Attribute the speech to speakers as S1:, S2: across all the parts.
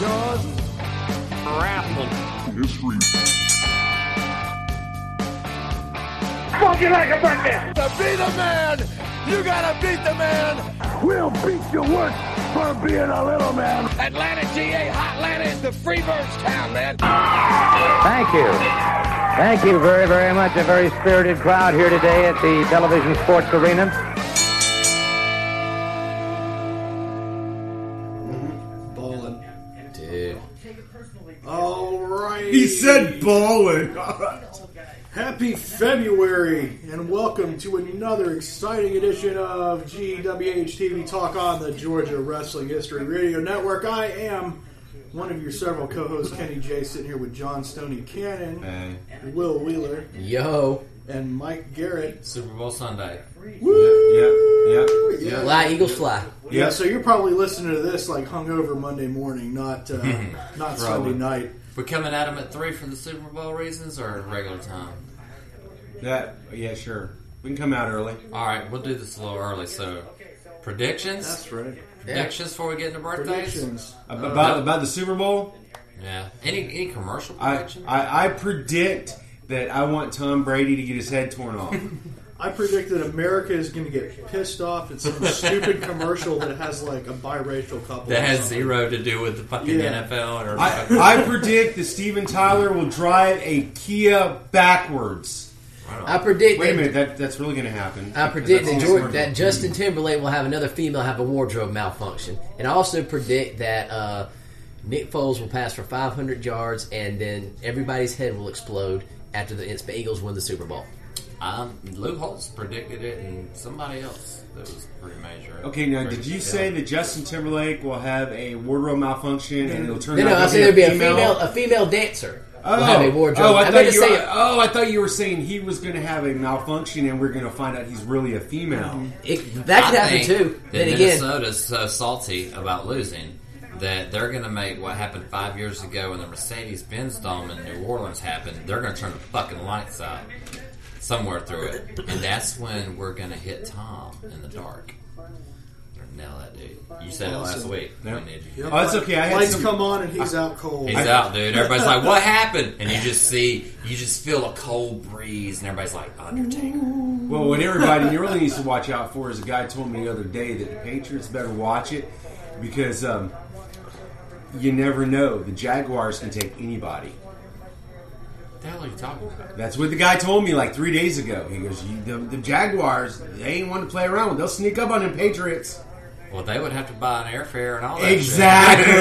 S1: Jordan. Rapping.
S2: History.
S3: Fuck you like a birthday.
S1: To be the man, you gotta beat the man.
S3: We'll beat your work for being a little man.
S1: Atlanta, GA, Hotlanta is the Freebirds town, man.
S4: Thank you. Thank you very, very much. A very spirited crowd here today at the Television Sports Arena.
S5: Ballin.
S6: Dude.
S5: All right.
S7: He said ballin.
S5: Happy February, and welcome to another exciting edition of GWH TV Talk on the Georgia Wrestling History Radio Network. I am one of your several co-hosts, Kenny J, sitting here with John Stoney Cannon,
S6: Hey.
S5: Will Wheeler,
S6: Yo.
S5: and Mike Garrett.
S6: Super Bowl Sunday.
S5: Woo!
S7: Yep,
S5: Yeah.
S6: Fly, Eagles fly.
S5: Yeah, so you're probably listening to this like hungover Monday morning, not uh, not Sunday night.
S6: We're coming at them at 3 for the Super Bowl reasons or regular time?
S7: yep. That, yeah, sure. We can come out early.
S6: Alright, we'll do this a little early. So, predictions?
S5: That's right.
S6: Predictions before we get into birthdays?
S5: Predictions.
S7: Ab- About about the Super Bowl,
S6: Yeah. Any any commercial
S7: I,
S6: prediction?
S7: I I predict that I want Tom Brady to get his head torn off.
S5: I predict that America is going to get pissed off at some stupid commercial that has like a biracial couple.
S6: that
S5: or
S6: has
S5: something.
S6: zero to do with the fucking
S5: Yeah.
S6: NFL or fucking-
S7: I, I predict that Steven Tyler will drive a Kia backwards.
S8: I predict.
S7: Wait a
S8: that-
S7: minute, that, that's really going to happen.
S8: I predict that,
S7: That's
S8: George,
S7: awesome.
S8: that Justin
S7: Mm-hmm.
S8: Timberlake will have another female have a wardrobe malfunction, and I also predict that uh, Nick Foles will pass for 500 yards, and then everybody's head will explode after the it's- the Eagles win the Super Bowl.
S6: Um, Lou Holtz predicted it, and somebody else that was pretty major.
S7: Okay, now did you say that Justin Timberlake will have a wardrobe malfunction and it'll turn out
S8: No, no,
S7: to
S8: I said there'll be a female, a female dancer
S7: Oh,
S8: will have a wardrobe.
S7: oh, I,
S8: I,
S7: thought
S8: meant to
S7: you were,
S8: say
S7: oh, I thought you were saying he was going to have a malfunction, and we're going to find out he's really a female.
S8: Mm-hmm. it, that could
S6: I think
S8: happen too.
S6: That
S8: Then again,
S6: Minnesota's so salty about losing that they're going to make what happened five years ago in the Mercedes Benz Dome in New Orleans happen. They're going to turn the fucking lights out somewhere through it, and that's when we're going to hit Tom in the dark. Now that dude, you said it last
S5: Awesome.
S6: week. We
S7: Yep.
S6: need you.
S5: Yep.
S7: Oh, that's okay. I had
S5: Lights
S7: some-
S5: come on and he's out cold.
S6: He's out, dude. Everybody's like, "What happened?" And you just see, you just feel a cold breeze, and everybody's like, "Undertaker."
S7: Well, what everybody really needs to watch out for is a guy told me the other day that the Patriots better watch it because um, you never know. The Jaguars can take anybody.
S6: What the hell are you talking about?
S7: That's what the guy told me like three days ago. He goes, you, the, the Jaguars, they ain't one to play around with. They'll sneak up on them Patriots.
S6: Well, they would have to buy an airfare and all that.
S7: Exactly.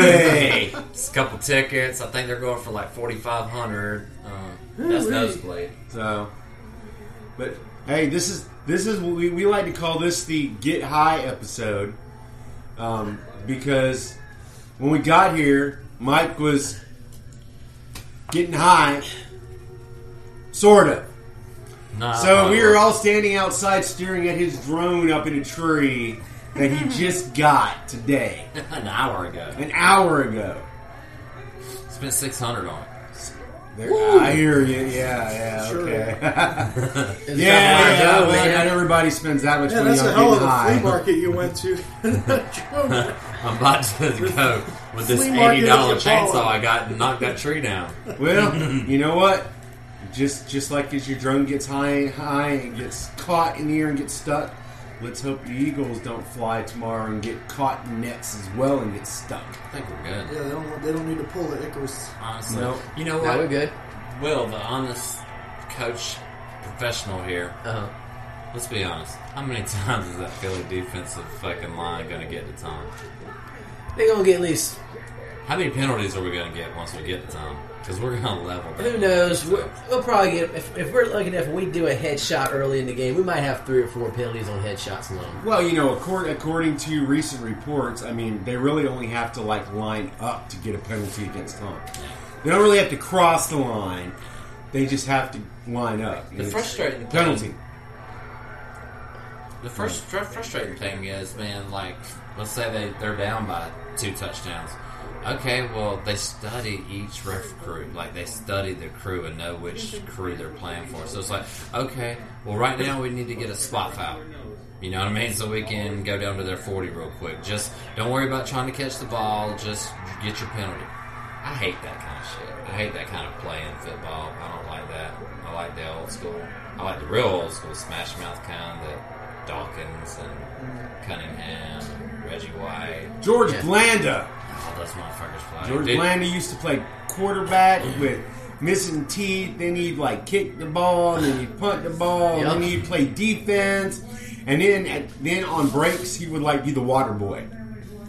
S6: shit. it's a couple tickets. I think they're going for like forty five hundred. Um, that's nosebleed.
S7: So, but hey, this is this is what we, we like to call this the get high episode, um, because when we got here, Mike was getting high, sort of.
S6: Nah,
S7: So we
S6: probably.
S7: were all standing outside, staring at his drone up in a tree that he just got today,
S6: an hour ago.
S7: an hour ago.
S6: Spent six hundred on it.
S7: There, I hear you. Yeah, yeah,
S5: Sure.
S7: okay. yeah,
S8: hard
S7: yeah.
S8: to go,
S7: well,
S8: man.
S7: not everybody spends that much
S5: Yeah,
S7: money
S5: that's
S7: on
S5: a hell of
S7: getting
S5: a
S7: high.
S5: flea market you went to. Joe,
S6: I'm about to go with this
S5: Flea market
S6: eighty dollar
S5: at your
S6: chainsaw
S5: bar.
S6: I got and knock that tree down.
S7: Well, you know what? Just just like as your drone gets high and high and gets caught in the air and gets stuck, let's hope the eagles don't fly tomorrow and get caught in nets as well and get stuck.
S6: I think we're good.
S5: yeah, they don't they don't need to pull the Icarus.
S6: Honestly,
S7: No.
S6: you know
S8: no,
S6: what?
S8: we're good.
S6: Will the honest coach professional here?
S8: Uh-huh.
S6: Let's be honest. How many times is that Philly defensive fucking line going to get to Tom?
S8: They're gonna get at least
S6: How many penalties are we going to get once we get to Tom? Because we're going to level. them.
S8: Who knows? We're, we'll probably get if, if we're lucky enough. We do a headshot early in the game. We might have three or four penalties on headshots alone.
S7: Well, you know, according, according to recent reports, I mean, they really only have to like line up to get a penalty against Tom. They don't really have to cross the line; they just have to line up.
S6: The frustrating
S7: penalty.
S6: The first fr- frustrating thing is, man, like, let's say they, they're down by two touchdowns. Okay, well, they study each ref crew. Like, they study the crew and know which crew they're playing for. So it's like, okay, well, right now we need to get a spot foul. You know what I mean? So we can go down to their 40 real quick. Just don't worry about trying to catch the ball. Just get your penalty. I hate that kind of shit. I hate that kind of play in football. I don't like that. I like the old school. I like the real old school smash mouth kind that Dawkins and Cunningham and Reggie White,
S7: George
S8: Yeah.
S7: Blanda.
S6: all those motherfuckers play.
S7: George
S6: Dude,
S7: Blanda used to play quarterback with missing teeth. Then he'd like kick the ball, then he'd punt the ball,
S8: Yep.
S7: then he'd play defense, and then at, then on breaks he would like be the water boy.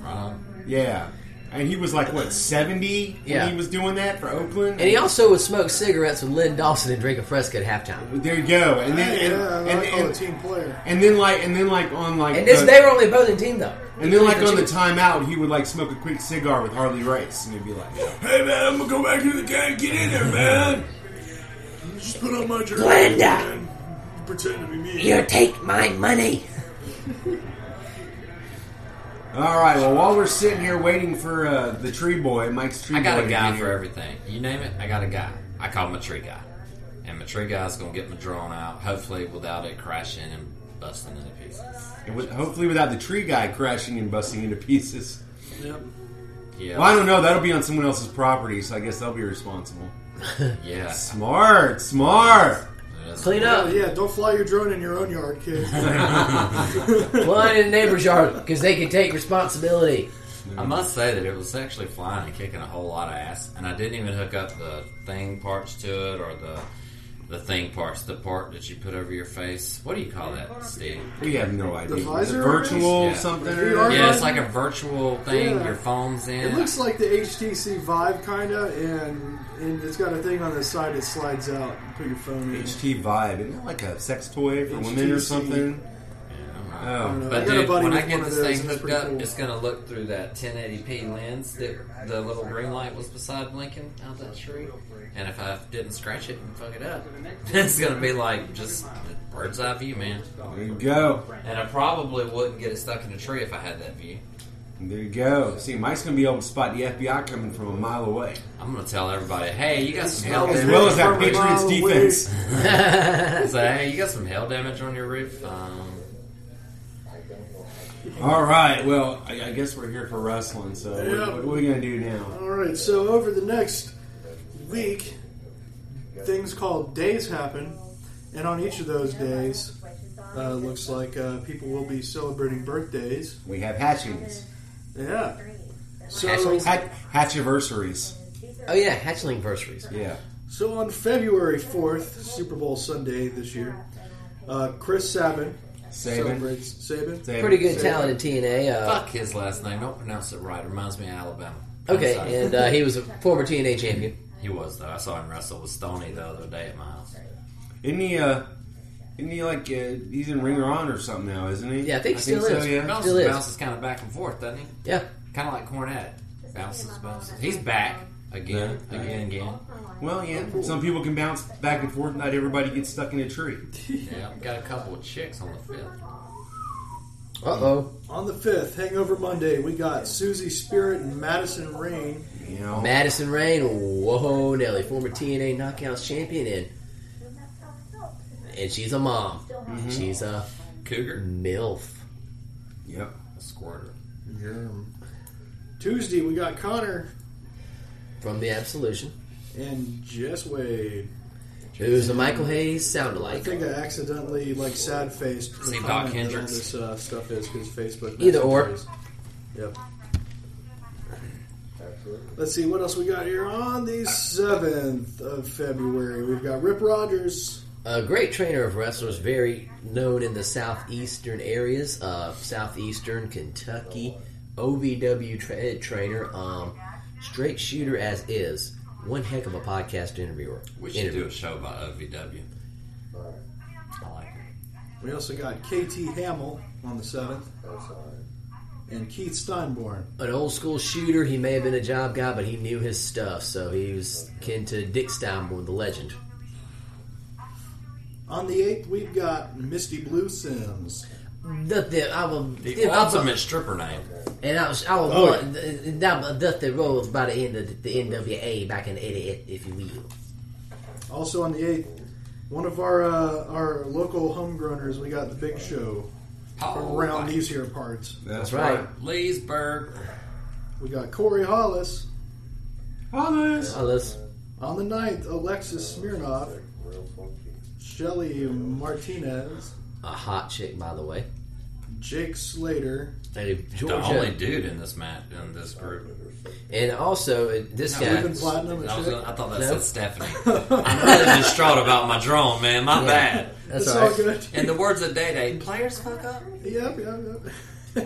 S6: Ron,
S7: Yeah, and he was like what seventy
S8: Yeah.
S7: when he was doing that for Oakland.
S8: And he also would smoke cigarettes with Lynn Dawson and drink a Fresca at halftime.
S7: there you go, and then and,
S5: yeah, I
S7: and,
S5: like all
S7: and,
S5: a team player.
S7: and then like and then like on like
S8: And this,
S7: the-
S8: they were only both in team though.
S7: And then, like on the timeout, he would like smoke a quick cigar with Harley Race, and he'd be like, "Hey man, I'm gonna go back to the game. Get in there, man."
S5: Just put on my jersey.
S2: Glenda!
S5: and Pretend to be me.
S2: You take my money.
S7: All right. Well, while we're sitting here waiting for uh, the tree boy, Mike's tree
S6: I got
S7: boy,
S6: a
S7: to
S6: guy
S7: get
S6: for
S7: here.
S6: everything. You name it, I got a guy. I call him a tree guy. And my tree guy's going to get my drone out, hopefully without it crashing and busting into pieces.
S7: And with- hopefully, without the tree guy crashing and busting into pieces.
S5: Yep.
S6: Yeah.
S7: Well, I don't know. That'll be on someone else's property, so I guess they'll be responsible.
S6: Yeah.
S7: Smart, smart.
S8: Clean
S5: Oh,
S8: up,
S5: yeah, don't fly your drone in your own yard, kid.
S8: flying in the neighbor's yard because they can take responsibility.
S6: I must say that it was actually flying and kicking a whole lot of ass, and I didn't even hook up the thing parts to it or the the thing parts, the part that you put over your face. What do you call that, Steve?
S7: We have no idea. Is it
S5: visor
S7: virtual
S6: Yeah.
S7: something?
S5: The VR
S6: Yeah, it's like a virtual thing.
S5: Yeah.
S6: Your phone's in.
S5: It looks like the HTC Vive kinda, and and it's got a thing on the side that slides out. And put your phone in.
S7: HT Vibe. Isn't that like a sex toy for women or
S5: HTC.
S7: something?
S6: Yeah.
S7: Oh.
S5: know. I
S6: But
S5: got a
S6: dude,
S5: buddy
S6: when I
S5: with
S6: get
S5: one of
S6: this
S5: those,
S6: thing
S5: and it's
S6: hooked
S5: pretty
S6: up,
S5: cool.
S6: it's gonna look through that 1080p lens that the little green light was beside blinking out that tree. And if I didn't scratch it and fuck it up, it's gonna be like just bird's eye view, man.
S7: There you go.
S6: And I probably wouldn't get it stuck in a tree if I had that view.
S7: There you go. See, Mike's gonna be able to spot the FBI coming from a mile away,
S6: I'm gonna tell everybody, hey, you got some hell
S5: As
S7: as
S6: damage.
S7: well as that
S5: From a
S7: Patriots
S5: mile
S7: defense.
S6: Say, hey, you got some hail damage on your roof. Um,
S7: All right. Well, I, I guess we're here for wrestling. So, what-
S5: Yeah.
S7: what, what are we gonna do now?
S5: All right, so over the next week, things called days happen, and on each of those days, uh, looks like uh, people will be celebrating birthdays.
S7: We have hatchings,
S5: Yeah. So,
S6: Hatchings?
S7: Hat- hatchiversaries.
S8: Oh yeah, hatchling versaries.
S7: Yeah.
S5: so on February 4th, Super Bowl Sunday this year, uh, Chris Sabin
S7: Saban.
S5: celebrates Saban.
S7: Saban.
S8: Pretty good talent in TNA. Uh,
S6: fuck his last name. Don't pronounce it right. It reminds me of Alabama. I'm sorry.
S8: okay, and uh, he was a former TNA champion.
S6: He was though. I saw him wrestle with Stoney the other day at my house.
S7: Isn't he? Uh, isn't he like uh, he's in Ringer On or something now? Isn't he?
S8: Yeah, I think he still
S7: so,
S8: is.
S7: Yeah.
S6: Bounces,
S8: Still is.
S6: bounces kind of back and forth, doesn't he?
S8: Yeah,
S6: Kind of like Cornette. Bounces, bounces. He's back again,
S7: Yeah.
S6: again, again.
S7: Well, yeah. Some people can bounce back and forth. Not everybody gets stuck in a tree.
S6: Yeah, I've got a couple of chicks on the fifth.
S8: Uh oh.
S5: On the 5th, Hangover Monday, we got Susie Spirit and Madison Rain.
S7: You know.
S8: Madison Rain, whoa, Nelly, former TNA Knockouts champion, and and she's a mom.
S7: Mm-hmm.
S8: She's a
S6: Cougar,
S8: milf.
S7: Yep.
S6: a squirter.
S5: Tuesday, we got Connor
S8: From the Absolution,
S5: and Jess Wade.
S8: who's a Michael Hayes
S5: I
S8: soundalike.
S5: think I accidentally like sad faced
S6: See Doc Hendricks.
S5: This uh, stuff is because Facebook.
S8: Either or.
S5: messages. Yep. Let's see what else we got here on the seventh of February. We've got Rip Rogers.
S8: A great trainer of wrestlers, very known in the southeastern areas, uh, southeastern Kentucky, OVW tra- head trainer, um, straight shooter as is. One heck of a podcast interviewer.
S6: We should
S8: Interview.
S6: do a show about OVW. I like it.
S5: We also got KT Hamill on the seventh, and Keith Steinborn.
S8: an old school shooter. He may have been a job guy, but he knew his stuff, so he was kin to Dick Steinborn, the legend.
S5: On the eighth, we've got Misty Blue Sims.
S8: That the I will
S6: The
S8: if I-
S6: ultimate stripper name.
S8: and I was I will
S5: Oh,
S8: want that that the roles by the end of the NWA back in the eighty if you will.
S5: Also on the eighth, one of our uh, our local homegrowners. We got the Big Show.
S6: Oh,
S5: around
S6: my-
S5: these here parts.
S7: That's,
S8: right.
S6: Leesburg.
S5: We got Corey Hollis
S7: Thomas.
S8: Oh, that's
S5: on the ninth, Alexis Smirnoff, Shelly Martinez,
S8: a hot chick, by the way.
S5: Jake Slater,
S8: Hey,
S6: The only
S8: Georgia.
S6: dude in this match in this group.
S8: And also, uh, this guy.
S5: Stephen Platinum, and
S6: I, was,
S5: shit.
S6: I thought that
S8: No.
S6: said Stephanie. I'm really distraught about my drone, man. My bad.
S8: That's
S5: It's
S8: all
S5: all
S8: right.
S5: good.
S6: In the words of Day Day, players fuck up.
S5: Yep, yep,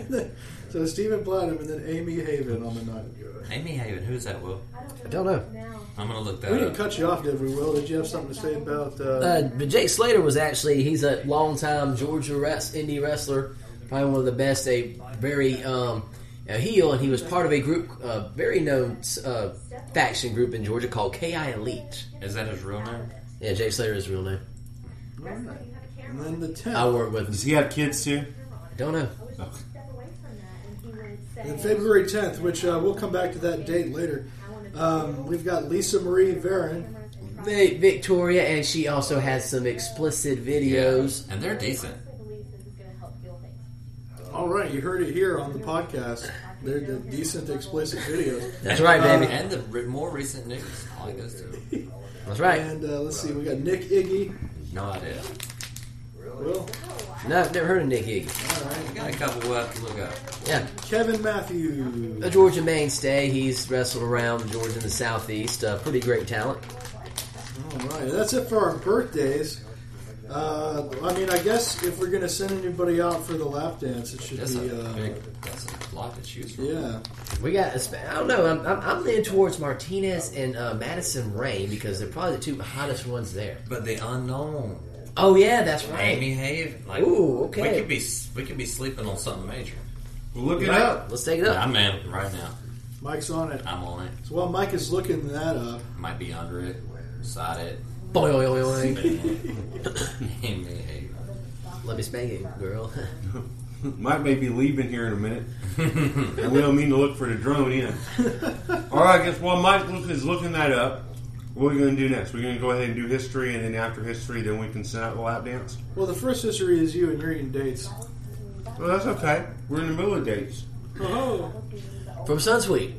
S5: yep. so Stephen Platinum and then Amy Haven on the ninth.
S6: Amy Haven, who's that? Will
S8: I don't know.
S6: I'm gonna look
S5: We didn't
S6: that up.
S5: cut you off, did we, Will? Did you have something to say about uh,
S8: Uh, but Jake Slater was actually, he's a longtime Georgia res- indie wrestler, probably one of the best, a very um, a heel, and he was part of a group, a very known uh, faction group in Georgia called KI Elite.
S6: Is that his real name?
S8: Yeah, Jake Slater is his real name.
S5: and then the
S8: I
S5: tenth?
S8: work with him.
S7: Does he have kids too?
S8: Don't know.
S5: And February tenth, which uh, we'll come back to that date later. Um, we've got Lisa Marie Varon.
S8: Vi- Victoria, and she also has some explicit videos.
S6: And they're decent.
S5: All right, you heard it here on the podcast. They're the decent explicit videos.
S8: That's right, baby.
S6: And the re- more recent news. I like those two.
S8: That's right.
S5: And uh, let's see, we got Nick Iggy.
S6: No idea.
S5: Will,
S8: No, I've never heard of Nick
S6: I
S8: Higgy.
S6: got a couple we'll have to look up.
S8: Yeah.
S5: Kevin Matthews.
S8: a Georgia mainstay. He's wrestled around Georgia in the southeast. Uh, pretty great talent.
S5: All right, that's it for our birthdays. Uh, I mean, I guess if we're gonna send anybody out for the lap dance, it should
S6: That's
S5: be.
S6: a
S5: Uh,
S6: big. That's a lot to choose from.
S5: yeah,
S8: We got. a sp- I don't know. I'm, I'm, I'm leaning towards Martinez and uh, Madison Rain because they're probably the two hottest ones there.
S6: But the unknown.
S8: Oh yeah, that's right.
S6: Amy Haven. Like,
S8: Ooh, okay.
S6: We could be we could be sleeping on something major.
S7: Well, look it up.
S8: Let's take it
S6: Yeah,
S8: up.
S6: I'm in right now.
S5: Mike's on it.
S6: I'm on it.
S5: So while Mike is looking that up,
S6: Might be under it. Side it.
S8: Boing, boing, boing.
S6: Amy Haven.
S8: Let me spank it, girl.
S7: Mike may be leaving here in a minute. I will mean to look for the drone in. All right, I guess while Mike look- is looking that up, what are we going to do next? We're going to go ahead and do history, and then after history, then we can send out the lap dance.
S5: well, the first history is you and you're eating dates.
S7: Well, that's okay. We're in the middle of dates.
S5: Oh,
S8: From Sunsweet,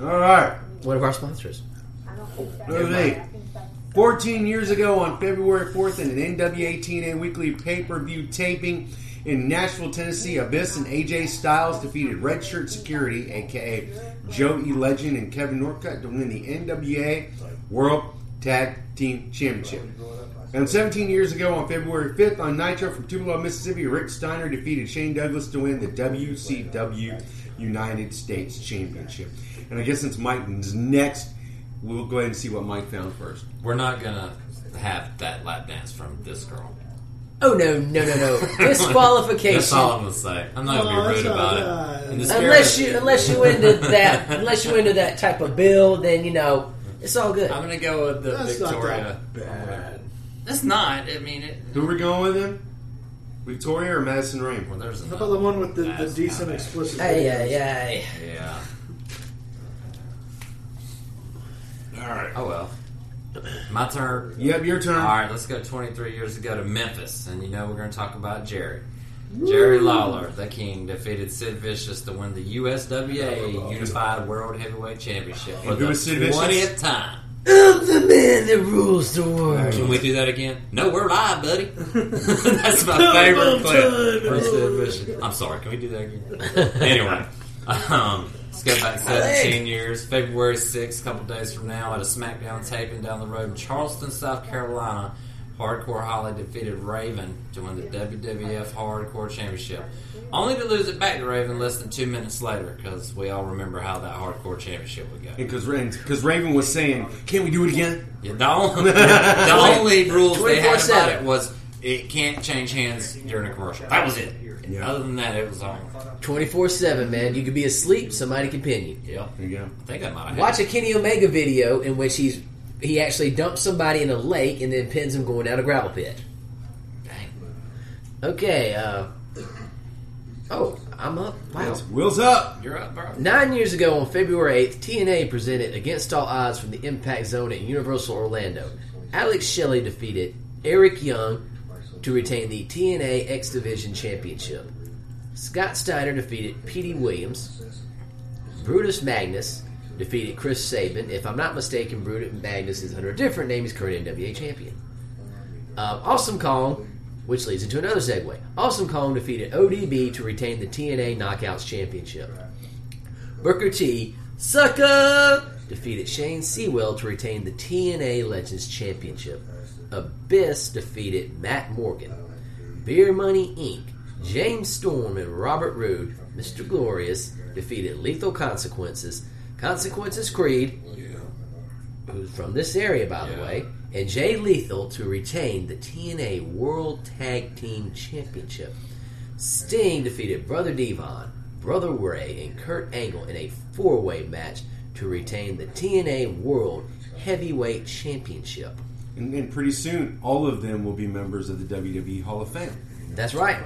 S7: All right.
S8: one of our sponsors.
S7: Number eight. 14 years ago on February 4th in an NWA TNA weekly pay-per-view taping in Nashville, Tennessee, Abyss and AJ Styles defeated Red Shirt Security, aka Joe E. Legend and Kevin Norcutt to win the NWA World Tag Team Championship. And 17 years ago on February 5th on Nitro from Tupelo, Mississippi, Rick Steiner defeated Shane Douglas to win the WCW United States Championship. And I guess since Mike's next, we'll go ahead and see what Mike found first.
S6: We're not gonna have that lap dance from this girl.
S8: Oh no, no, no, no! Disqualification.
S6: That's all I'm gonna say. I'm not gonna
S5: Oh,
S6: be rude
S5: that's
S6: about
S5: all
S6: it.
S5: right.
S6: In the spirit
S8: Unless
S6: of-
S8: you, unless you into that, unless you into that type of build, then you know it's all good.
S6: I'm gonna go with the
S5: That's not
S6: Victoria.
S5: that
S6: bad. That's not. I mean, it,
S7: Who we going with then? Victoria or Madison Rain?
S6: well, there's
S5: how about the
S6: another.
S5: one with the, the
S6: That's
S5: decent
S6: not bad.
S5: explicit?
S8: Ay,
S5: videos?
S8: ay, ay.
S6: Yeah.
S7: All right.
S6: Oh well. My turn.
S7: Yep, your turn.
S6: All right, let's go 23 years ago to Memphis, and you know we're going to talk about Jerry. Jerry Lawler, the King, defeated Sid Vicious to win the USWA Unified World Heavyweight Championship for
S7: And who
S6: the
S7: is Sid Vicious?
S6: 20th time.
S8: I'm the man that rules the world.
S6: Can we do that again? No, we're live, buddy. That's my favorite clip. from Sid Vicious. I'm sorry. Can we do that again? anyway, um, let's go back 17 years, February 6th, a couple days from now, at a SmackDown taping down the road in Charleston, South Carolina. Hardcore Holly defeated Raven to win the WWF Hardcore Championship, only to lose it back to Raven less than two minutes later because we all remember how that Hardcore Championship would go.
S7: Because Raven was saying, "Can't we do it again?"
S6: Yeah, the only, the only rules they had about
S8: 24/7.
S6: it was it can't change hands during a commercial. That was it. And Other than that, it was on.
S8: 24 7, man. You could be asleep, somebody can pin you.
S6: Yeah,
S7: There you go.
S6: I think I might have.
S8: Watch a Kenny Omega video in which he's he actually dumps somebody in a lake and then pins him going down a gravel pit. Okay, uh. Oh, I'm up. Wow.
S7: Yes. Will's up.
S6: You're up, bro.
S8: Nine years ago on February 8th, TNA presented Against All Odds from the Impact Zone at Universal Orlando. Alex Shelley defeated Eric Young to retain the TNA X Division Championship. Scott Steiner defeated Petey Williams. Brutus Magnus defeated Chris Sabin. If I'm not mistaken, Brutus Magnus is under a different name. He's current NWA champion. Um, awesome Kong, which leads into another segue. Awesome Kong defeated ODB to retain the TNA Knockouts Championship. Booker T, sucker, defeated Shane Sewell to retain the TNA Legends Championship. Abyss defeated Matt Morgan. Beer Money Inc., James Storm and Robert Roode, Mr. Glorious, defeated Lethal Consequences, Consequences Creed, who's from this area, by the
S6: Yeah.
S8: way, and Jay Lethal to retain the TNA World Tag Team Championship. Sting defeated Brother Devon, Brother Ray, and Kurt Angle in a four way match to retain the TNA World Heavyweight Championship.
S7: And, and pretty soon, all of them will be members of the WWE Hall of Fame.
S8: That's right.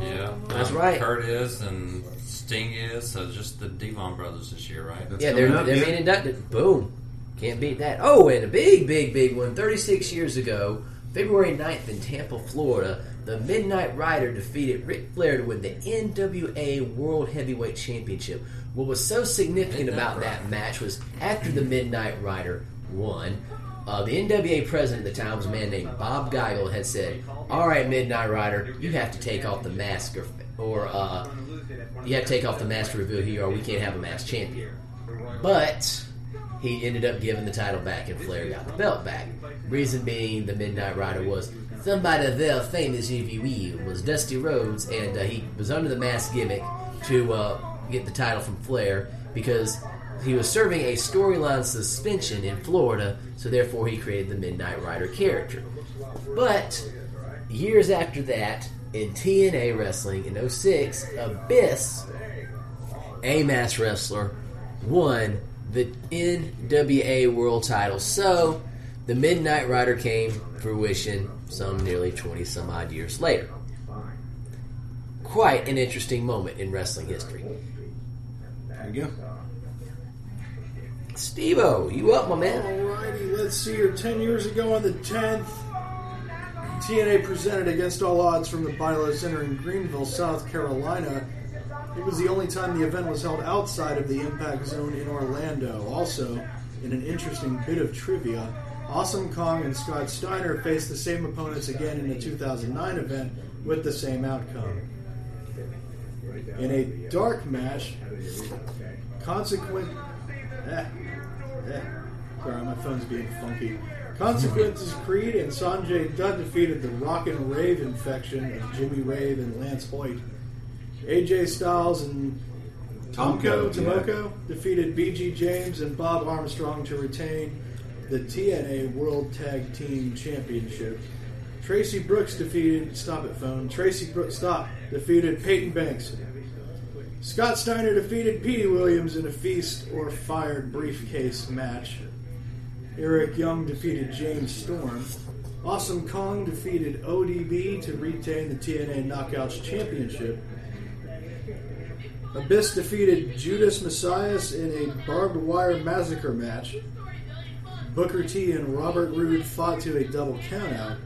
S6: Yeah,
S8: That's
S6: Um,
S8: right.
S6: Kurt is and Sting is. So just the Devon brothers this year, right?
S7: That's
S8: Yeah,
S7: coming
S8: they're,
S7: up,
S8: they're
S7: yeah.
S8: being inducted. Boom. Can't beat that. Oh, and a big, big, big one. 36 years ago, February 9th in Tampa, Florida, the Midnight Rider defeated Ric Flair to win the NWA World Heavyweight Championship. What was so significant
S6: Midnight
S8: about that
S6: Rider.
S8: match was after the Midnight Rider won, uh, the NWA president at the time was a man named Bob Geigel had said, "All right, Midnight Rider, you have to take off the mask or, or uh, you have to take off the mask to reveal who you are. We can't have a mask champion." But he ended up giving the title back, and Flair got the belt back. Reason being, the Midnight Rider was somebody there famous if you will was Dusty Rhodes, and uh, he was under the mask gimmick to uh, get the title from Flair because he was serving a storyline suspension in Florida, so therefore he created the Midnight Rider character. But years after that, in TNA wrestling in 06, Abyss a mass wrestler won the NWA world title. So the Midnight Rider came fruition some nearly 20 some odd years later. Quite an interesting moment in wrestling history.
S7: There you go.
S8: Steve O, you up, my man?
S5: Alrighty, let's see here. Ten years ago on the 10th, TNA presented Against All Odds from the Bilo Center in Greenville, South Carolina. It was the only time the event was held outside of the Impact Zone in Orlando. Also, in an interesting bit of trivia, Awesome Kong and Scott Steiner faced the same opponents again in the 2009 event with the same outcome. In a dark match, consequent. eh, eh. Sorry, my phone's being funky. Consequences Creed and Sanjay Dutt defeated the Rock and Rave infection of Jimmy Rave and Lance Hoyt. AJ Styles and Tomko
S7: Tomko, yeah.
S5: Tomoko defeated BG James and Bob Armstrong to retain the TNA World Tag Team Championship. Tracy Brooks defeated Stop It Phone. Tracy Brooks Stop defeated Peyton Banks. Scott Steiner defeated Petey Williams in a feast or fired briefcase match. Eric Young defeated James Storm. Awesome Kong defeated ODB to retain the TNA Knockouts Championship. Abyss defeated Judas Messias in a barbed wire massacre match. Booker T and Robert Roode fought to a double countout.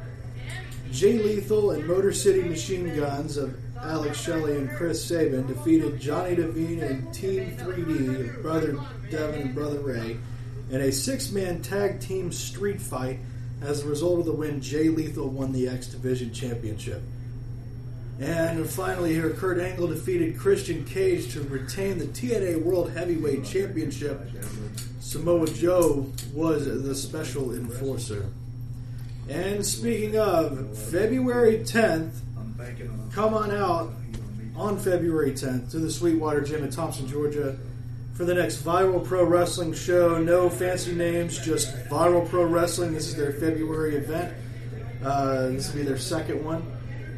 S5: Jay Lethal and Motor City Machine Guns of Alex Shelley and Chris Sabin defeated Johnny Devine and Team 3D of Brother Devin and Brother Ray in a six man tag team street fight. As a result of the win, Jay Lethal won the X Division Championship. And finally, here, Kurt Angle defeated Christian Cage to retain the TNA World Heavyweight Championship. Samoa Joe was the special enforcer. And speaking of February 10th, come on out on February 10th to the Sweetwater Gym in Thompson, Georgia for the next Viral Pro Wrestling show. No fancy names, just Viral Pro Wrestling. This is their February event. Uh, this will be their second one.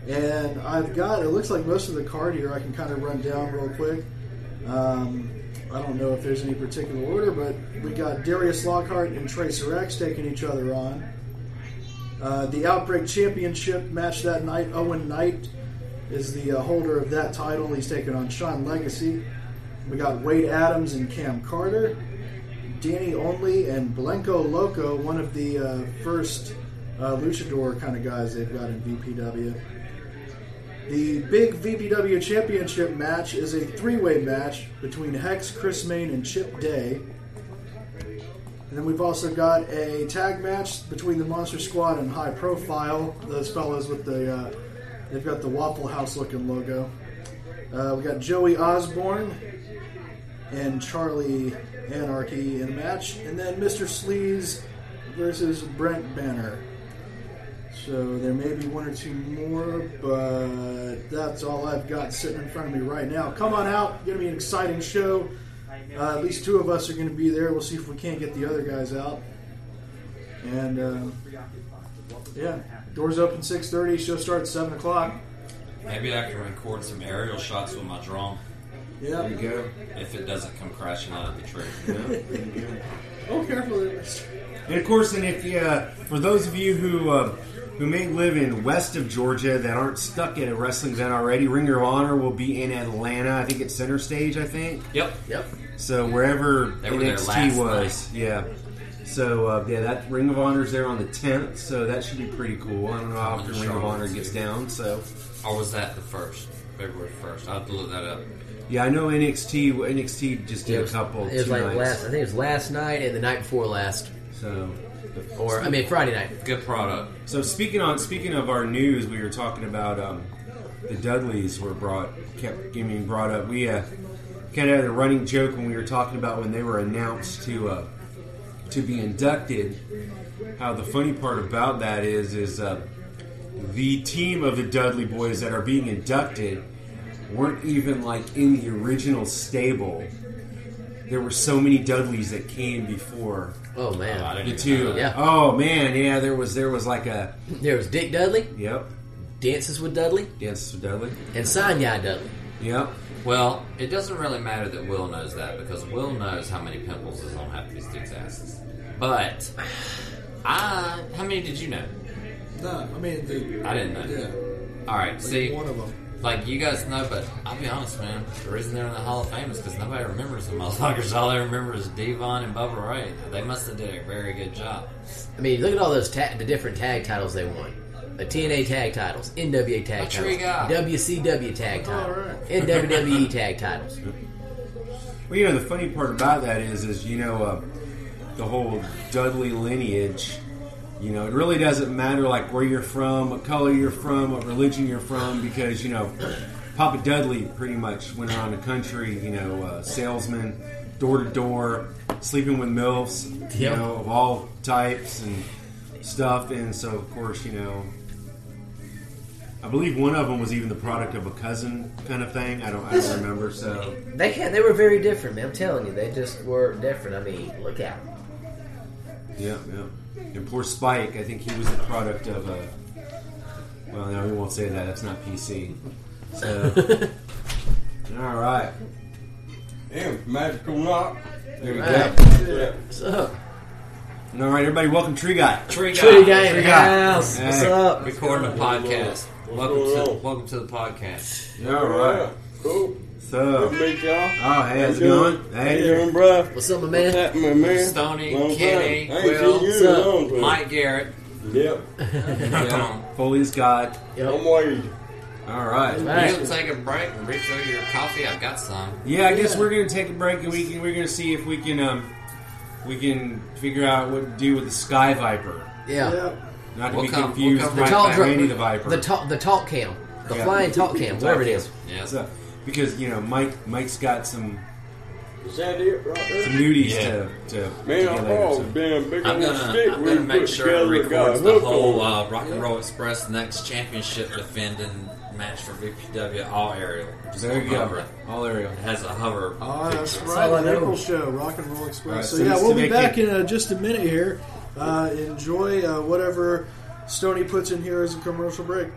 S5: And I've got, it looks like most of the card here I can kind of run down real quick. Um, I don't know if there's any particular order, but we got Darius Lockhart and Tracer X taking each other on. Uh, the Outbreak Championship match that night, Owen Knight is the uh, holder of that title. He's taking on Sean Legacy. We got Wade Adams and Cam Carter. Danny Only and Blanco Loco, one of the uh, first uh, luchador kind of guys they've got in VPW. The big VPW championship match is a three-way match between Hex, Chris Main, and Chip Day. And then we've also got a tag match between the Monster Squad and High Profile. Those fellas with the uh, they've got the Waffle House looking logo. Uh, we got Joey Osborne and Charlie Anarchy in a match, and then Mr. Sleaze versus Brent Banner. So there may be one or two more, but that's all I've got sitting in front of me right now. Come on out, going to be an exciting show. Uh, at least two of us are going to be there. We'll see if we can't get the other guys out. And um, yeah, doors open six thirty. Show starts seven o'clock.
S6: Maybe I can record some aerial shots with my drone
S5: Yeah.
S7: There you go.
S6: if it doesn't come crashing out of the tree.
S5: Oh, careful. there.
S7: And of course, and if you, uh, for those of you who uh, who may live in west of Georgia that aren't stuck at a wrestling event already, Ring of Honor will be in Atlanta. I think it's Center Stage. I think
S6: Yep.
S8: Yep.
S7: so. Wherever
S6: They were there
S7: NXT
S6: last
S7: was, yeah. So uh, yeah, that Ring of Honor's there on the tenth. So that should be pretty cool. I don't know how often Ring of Honor gets down. So
S6: Or was that the first? February first. I'll have to look that up.
S7: yeah, I know NXT. NXT just did
S8: It
S7: a
S8: was,
S7: couple.
S8: it was
S7: two
S8: like
S7: nights.
S8: last. I think it was last night and the night before last,
S7: So.
S8: or I mean Friday night.
S6: Good product.
S7: So speaking on speaking of our news, we were talking about um, the Dudleys were brought kept getting brought up. We uh, kind of had a running joke when we were talking about when they were announced to uh, to be inducted. How the funny part about that is is uh, the team of the Dudley Boys that are being inducted weren't even like in the original stable. There were so many Dudleys that came before
S8: Oh
S6: Oh, I
S8: man,
S6: didn't
S7: the
S6: even know
S7: two.
S6: that.
S8: Yeah.
S7: Oh man, yeah, there was there was like a
S8: there was Dick Dudley,
S7: yep.
S8: Dances with Dudley,
S7: Yes, Dudley.
S8: and Sign Guy Dudley.
S7: Yep.
S6: Well, it doesn't really matter that Will knows that because Will knows how many pimples is on half of these dudes' asses. But I, how many did you know?
S5: No, I mean, the,
S6: I didn't know.
S5: yeah,
S6: All right, see,
S5: one of them.
S6: like you guys know, but I'll be honest, man. The reason they're in the Hall of Fame is because nobody remembers them. Motherfuckers, all they remember is Devon and Bubba Ray. They must have did a very good job.
S8: I mean, look at all those ta- the different tag titles they won. The TNA tag titles, NWA tag
S6: What you
S8: titles,
S6: got?
S8: WCW tag title,
S5: right.
S8: and WWE E tag titles.
S7: Well, you know the funny part about that is, is you know, uh, the whole Dudley lineage. You know, it really doesn't matter like where you're from, what color you're from, what religion you're from, because you know, Papa Dudley pretty much went around the country. You know, uh, salesman, door to door, sleeping with milfs. You
S8: Yep.
S7: know, of all types and stuff. And so, of course, you know, I believe one of them was even the product of a cousin kind of thing. I don't, I don't remember. So.
S8: They can They were very different, man. I'm telling you, they just were different. I mean, look out.
S7: Yeah, yeah. And poor Spike, I think he was the product of a. Well, no, we won't say that. That's not PC. So. all right.
S9: Damn, magical knock.
S7: There we
S8: All
S7: go.
S9: Yeah.
S8: What's up?
S7: All right, everybody, welcome Tree Guy.
S6: Tree guy,
S8: Tree guy in the
S7: Tree guy.
S8: house. What's
S7: Hey.
S8: up?
S6: recording a podcast. Welcome
S9: going
S6: to
S9: on?
S6: welcome to the podcast.
S7: All right.
S9: Cool.
S7: So.
S9: Good to meet y'all.
S7: Oh, hey, how's it going?
S9: Hey,
S7: Hey.
S9: bruh.
S8: What's up, my
S9: What's
S8: man?
S9: happening, man?
S6: Stoney,
S9: Long time.
S6: Kenny,
S9: I ain't
S6: Will,
S9: seen you
S8: what's
S9: in a
S8: up?
S9: long time.
S6: Mike Garrett.
S9: Yep.
S7: Yeah. Foley's God.
S9: I'm
S8: Yep.
S9: waiting.
S7: All right.
S8: All
S6: You'll
S8: right.
S6: take a break and refill your coffee. I've got some.
S7: Yeah, I guess we're gonna take a break and we can, we're gonna see if we can um we can figure out what to do with the Sky Viper.
S8: Yeah.
S5: Yeah,
S7: Not to
S6: We'll
S7: be
S6: come- we'll
S7: confused
S6: come-
S7: with
S6: The
S7: right
S8: Talk
S7: back,
S8: dr-
S7: Randy the Viper.
S8: The talk, the talk cam, the
S7: Yeah.
S8: flying talk cam, whatever it is.
S6: Yeah.
S7: So, because you know, Mike Mike's got some
S9: Is that it right there?
S7: nudies
S6: Yeah.
S7: to, to, to
S9: Man, oh,
S7: get
S9: I've
S7: later.
S9: always
S7: So.
S9: been a big
S6: I'm
S9: old
S6: gonna,
S9: stick.
S6: I'm
S9: we
S6: gonna
S9: put
S6: make sure it
S9: together, got
S6: records
S9: a
S6: the
S9: hook
S6: whole
S9: on.
S6: uh, Rock and Roll Express Next Championship defending match for VPW all aerial. Just
S7: There you
S6: on hover.
S7: go. All aerial.
S6: It has a hover.
S5: oh, that's
S6: picture.
S8: all I
S5: right. The
S8: know.
S5: April show, Rock and Roll Express.
S7: All right,
S5: so,
S7: so
S5: yeah,
S7: it's
S5: we'll
S7: to
S5: be
S7: make
S5: back
S7: it-
S5: in uh, just a minute here. Uh, enjoy uh, whatever Stoney puts in here as a commercial break.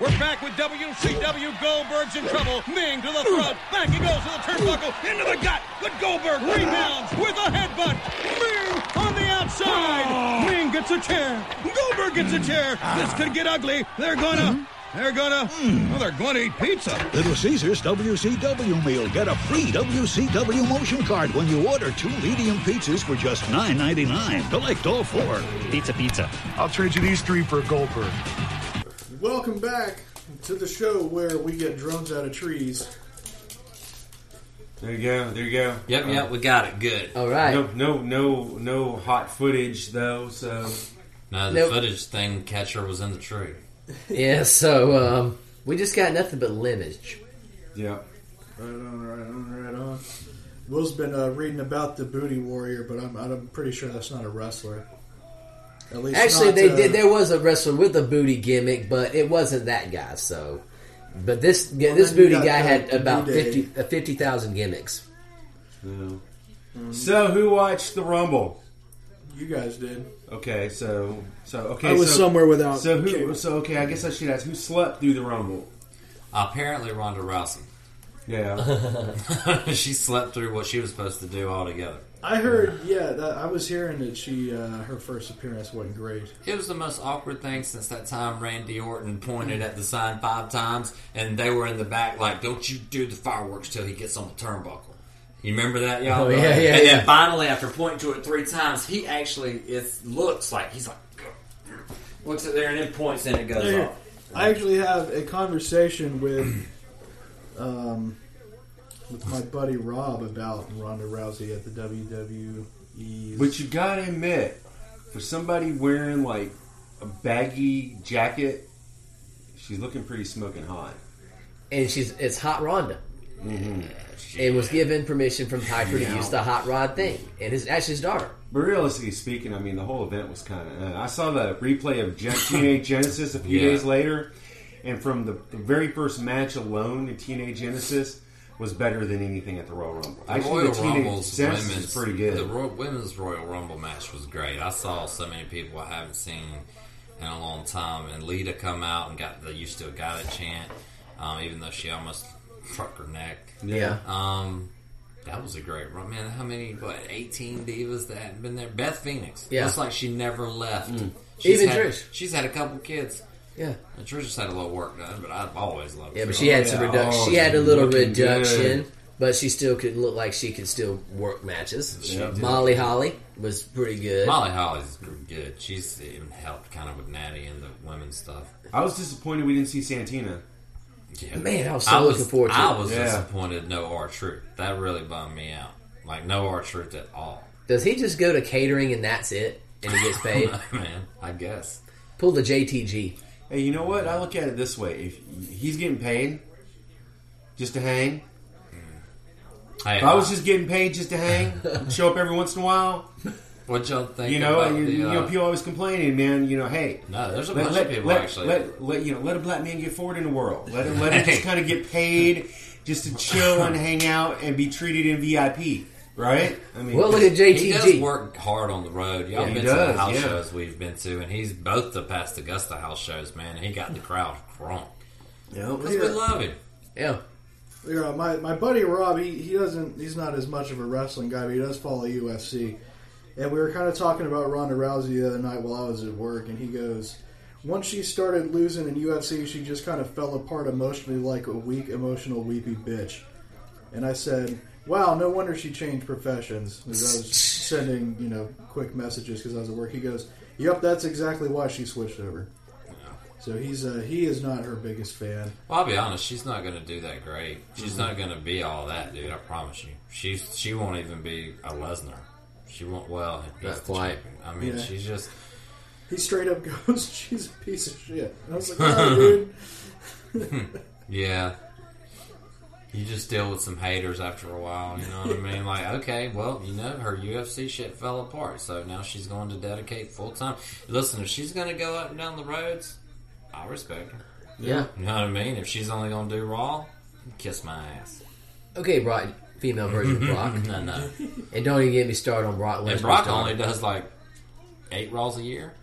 S1: We're back with WCW. Goldberg's in trouble. Ming to the front. Back he goes to the turnbuckle. Into the gut. But Goldberg rebounds with a headbutt. Ming on the outside. Ming gets a chair. Goldberg gets a chair. This could get ugly. They're gonna. They're gonna. Well, they're gonna eat pizza.
S10: Little Caesars WCW meal. Get a free WCW motion card when you order two medium pizzas for just $9.99. Collect all four.
S11: Pizza, pizza. I'll trade you these three for a Goldberg.
S5: Welcome back to the show where we get drums out of trees.
S7: There you go. There you go.
S6: Yep, yep, we got it. Good.
S8: All right.
S7: No, no, no, no hot footage though. So
S6: No, the
S8: Nope.
S6: footage thing catcher was in the tree.
S8: Yeah, so um, we just got nothing but lemons.
S7: yeah,
S5: Right on, right on, right on. Will's been uh, reading about the Booty Warrior, but I'm, I'm pretty sure that's not a wrestler. At least,
S8: Actually,
S5: not,
S8: they
S5: uh,
S8: did. There was a wrestler with a booty gimmick, but it wasn't that guy. So, but this yeah, this
S5: then you
S8: booty
S5: got
S8: guy had
S5: Dr.
S8: about
S5: Booty.
S8: 50 uh, 50,000 gimmicks.
S7: no. So who watched the Rumble?
S5: You guys did.
S7: Okay, so so okay.
S5: I was
S7: so-
S5: somewhere without
S7: So who?
S5: cable.
S7: So okay, I guess I should ask who slept through the Rumble.
S6: Apparently, Ronda Rousey.
S7: Yeah,
S6: she slept through what she was supposed to do altogether.
S5: I heard, yeah, that, I was hearing that she uh, her first appearance wasn't great.
S6: It was the most awkward thing since that time Randy Orton pointed at the sign five times, and they were in the back like, "Don't you do the fireworks till he gets on the turnbuckle." You remember that, y'all?
S8: Oh, yeah, yeah,
S6: And
S8: yeah.
S6: then finally, after pointing to it three times, he actually it looks like he's like looks at there and then points and it goes
S5: Here,
S6: off.
S5: I actually have a conversation with um, with my buddy Rob about Ronda Rousey at the E WWE.
S7: but you gotta admit, for somebody wearing like a baggy jacket, she's looking pretty smoking hot.
S8: And she's it's Hot Ronda. And was given permission from Piper to use the hot rod thing, and his actually his daughter.
S7: But realistically speaking, I mean, the whole event was kind of. Uh, I saw the replay of Gen- TNA Genesis a few
S6: Yeah.
S7: days later, and from the, the very first match alone, the TNA Genesis was better than anything at the Royal Rumble.
S6: Royal Rumble's
S7: Genesis
S6: women's
S7: is pretty good.
S6: The Ro- women's Royal Rumble match was great. I saw so many people I haven't seen in a long time, and Lita come out and got the "You Still Got It" chant, um, even though she almost truck her neck.
S8: Yeah.
S6: Um, that was a great run, man. How many? What eighteen divas that had been there? Beth Phoenix.
S8: Yeah. Mm.
S6: looks like she never left.
S8: Even
S6: had,
S8: Trish.
S6: She's had a couple kids.
S8: Yeah.
S6: And Trish just had a little work done, but I've always loved.
S8: Yeah,
S6: her.
S8: but she had some
S7: yeah.
S8: reduction.
S7: Oh,
S8: she had a
S7: she's
S8: little
S7: looking
S8: reduction,
S7: good.
S8: but she still could look like she could still work matches.
S7: Yeah.
S8: Molly Holly was pretty good.
S6: Molly Holly's good. She's even helped kind of with Natty and the women's stuff.
S7: I was disappointed we didn't see Santina.
S6: Yeah.
S8: Man, I was so looking forward to
S6: I
S8: it.
S6: was
S7: Yeah.
S6: disappointed no R Truth. That really bummed me out. Like no R Truth at all.
S8: Does he just go to catering and that's it, and he gets paid?
S6: man, I guess.
S8: Pull the JTG.
S7: Hey, you know what? I look at it this way: if he's getting paid just to hang,
S6: Hey, uh,
S7: if I was just getting paid just to hang, show up every once in a while.
S6: what y'all think
S7: You know,
S6: about
S7: you,
S6: the,
S7: you know,
S6: uh,
S7: people always complaining, man. You know, hey,
S6: No, there's a
S7: let,
S6: bunch
S7: let-
S6: of people
S7: let-
S6: actually.
S7: Let, let- you know, let a black man get forward in the world. Let him, let him just kind of get paid, just to chill and hang out and be treated in VIP, right? I mean,
S8: Well, look at
S6: he does
S8: JTG.
S6: work hard on the road. Y'all
S7: Yeah, he
S6: been to
S7: does,
S6: the house
S7: yeah.
S6: shows we've been to, and he's both the past Augusta house shows. Man, he got the crowd drunk.
S7: you know,
S6: Cause we love him.
S8: Yeah.
S5: You know, my, my buddy Rob, he, he doesn't he's not as much of a wrestling guy, but he does follow UFC. And we were kind of talking about Ronda Rousey the other night while I was at work, and he goes, once she started losing in UFC, she just kind of fell apart emotionally like a weak, emotional, weepy bitch. And I said, wow, no wonder she changed professions. As I was sending, you know, quick messages because I was at work. He goes, yep, that's exactly why she switched over. So he's uh, he is not her biggest fan.
S6: Well, I'll be honest, she's not going to do that great. She's not going to be all that, dude. I promise you. She's she won't even be a Lesnar. She won't. Well, if he's
S8: Not
S6: the
S8: quite.
S6: champion. I mean,
S5: Yeah.
S6: she's just.
S5: He straight up goes, "She's a piece of shit." And I was like, "No, dude."
S6: Yeah. You just deal with some haters after a while, you know what I mean? Like, okay, well, you know, her UFC shit fell apart, so now she's going to dedicate full time. Listen, if she's going to go up and down the roads, I respect her.
S8: Yeah.
S6: You know what I mean? If she's only going to do Raw, kiss my ass.
S8: Okay, Brock, female version of Brock.
S6: No, no.
S8: and don't even get me started on Brock Lesnar.
S6: And Brock only does like eight Raws a year,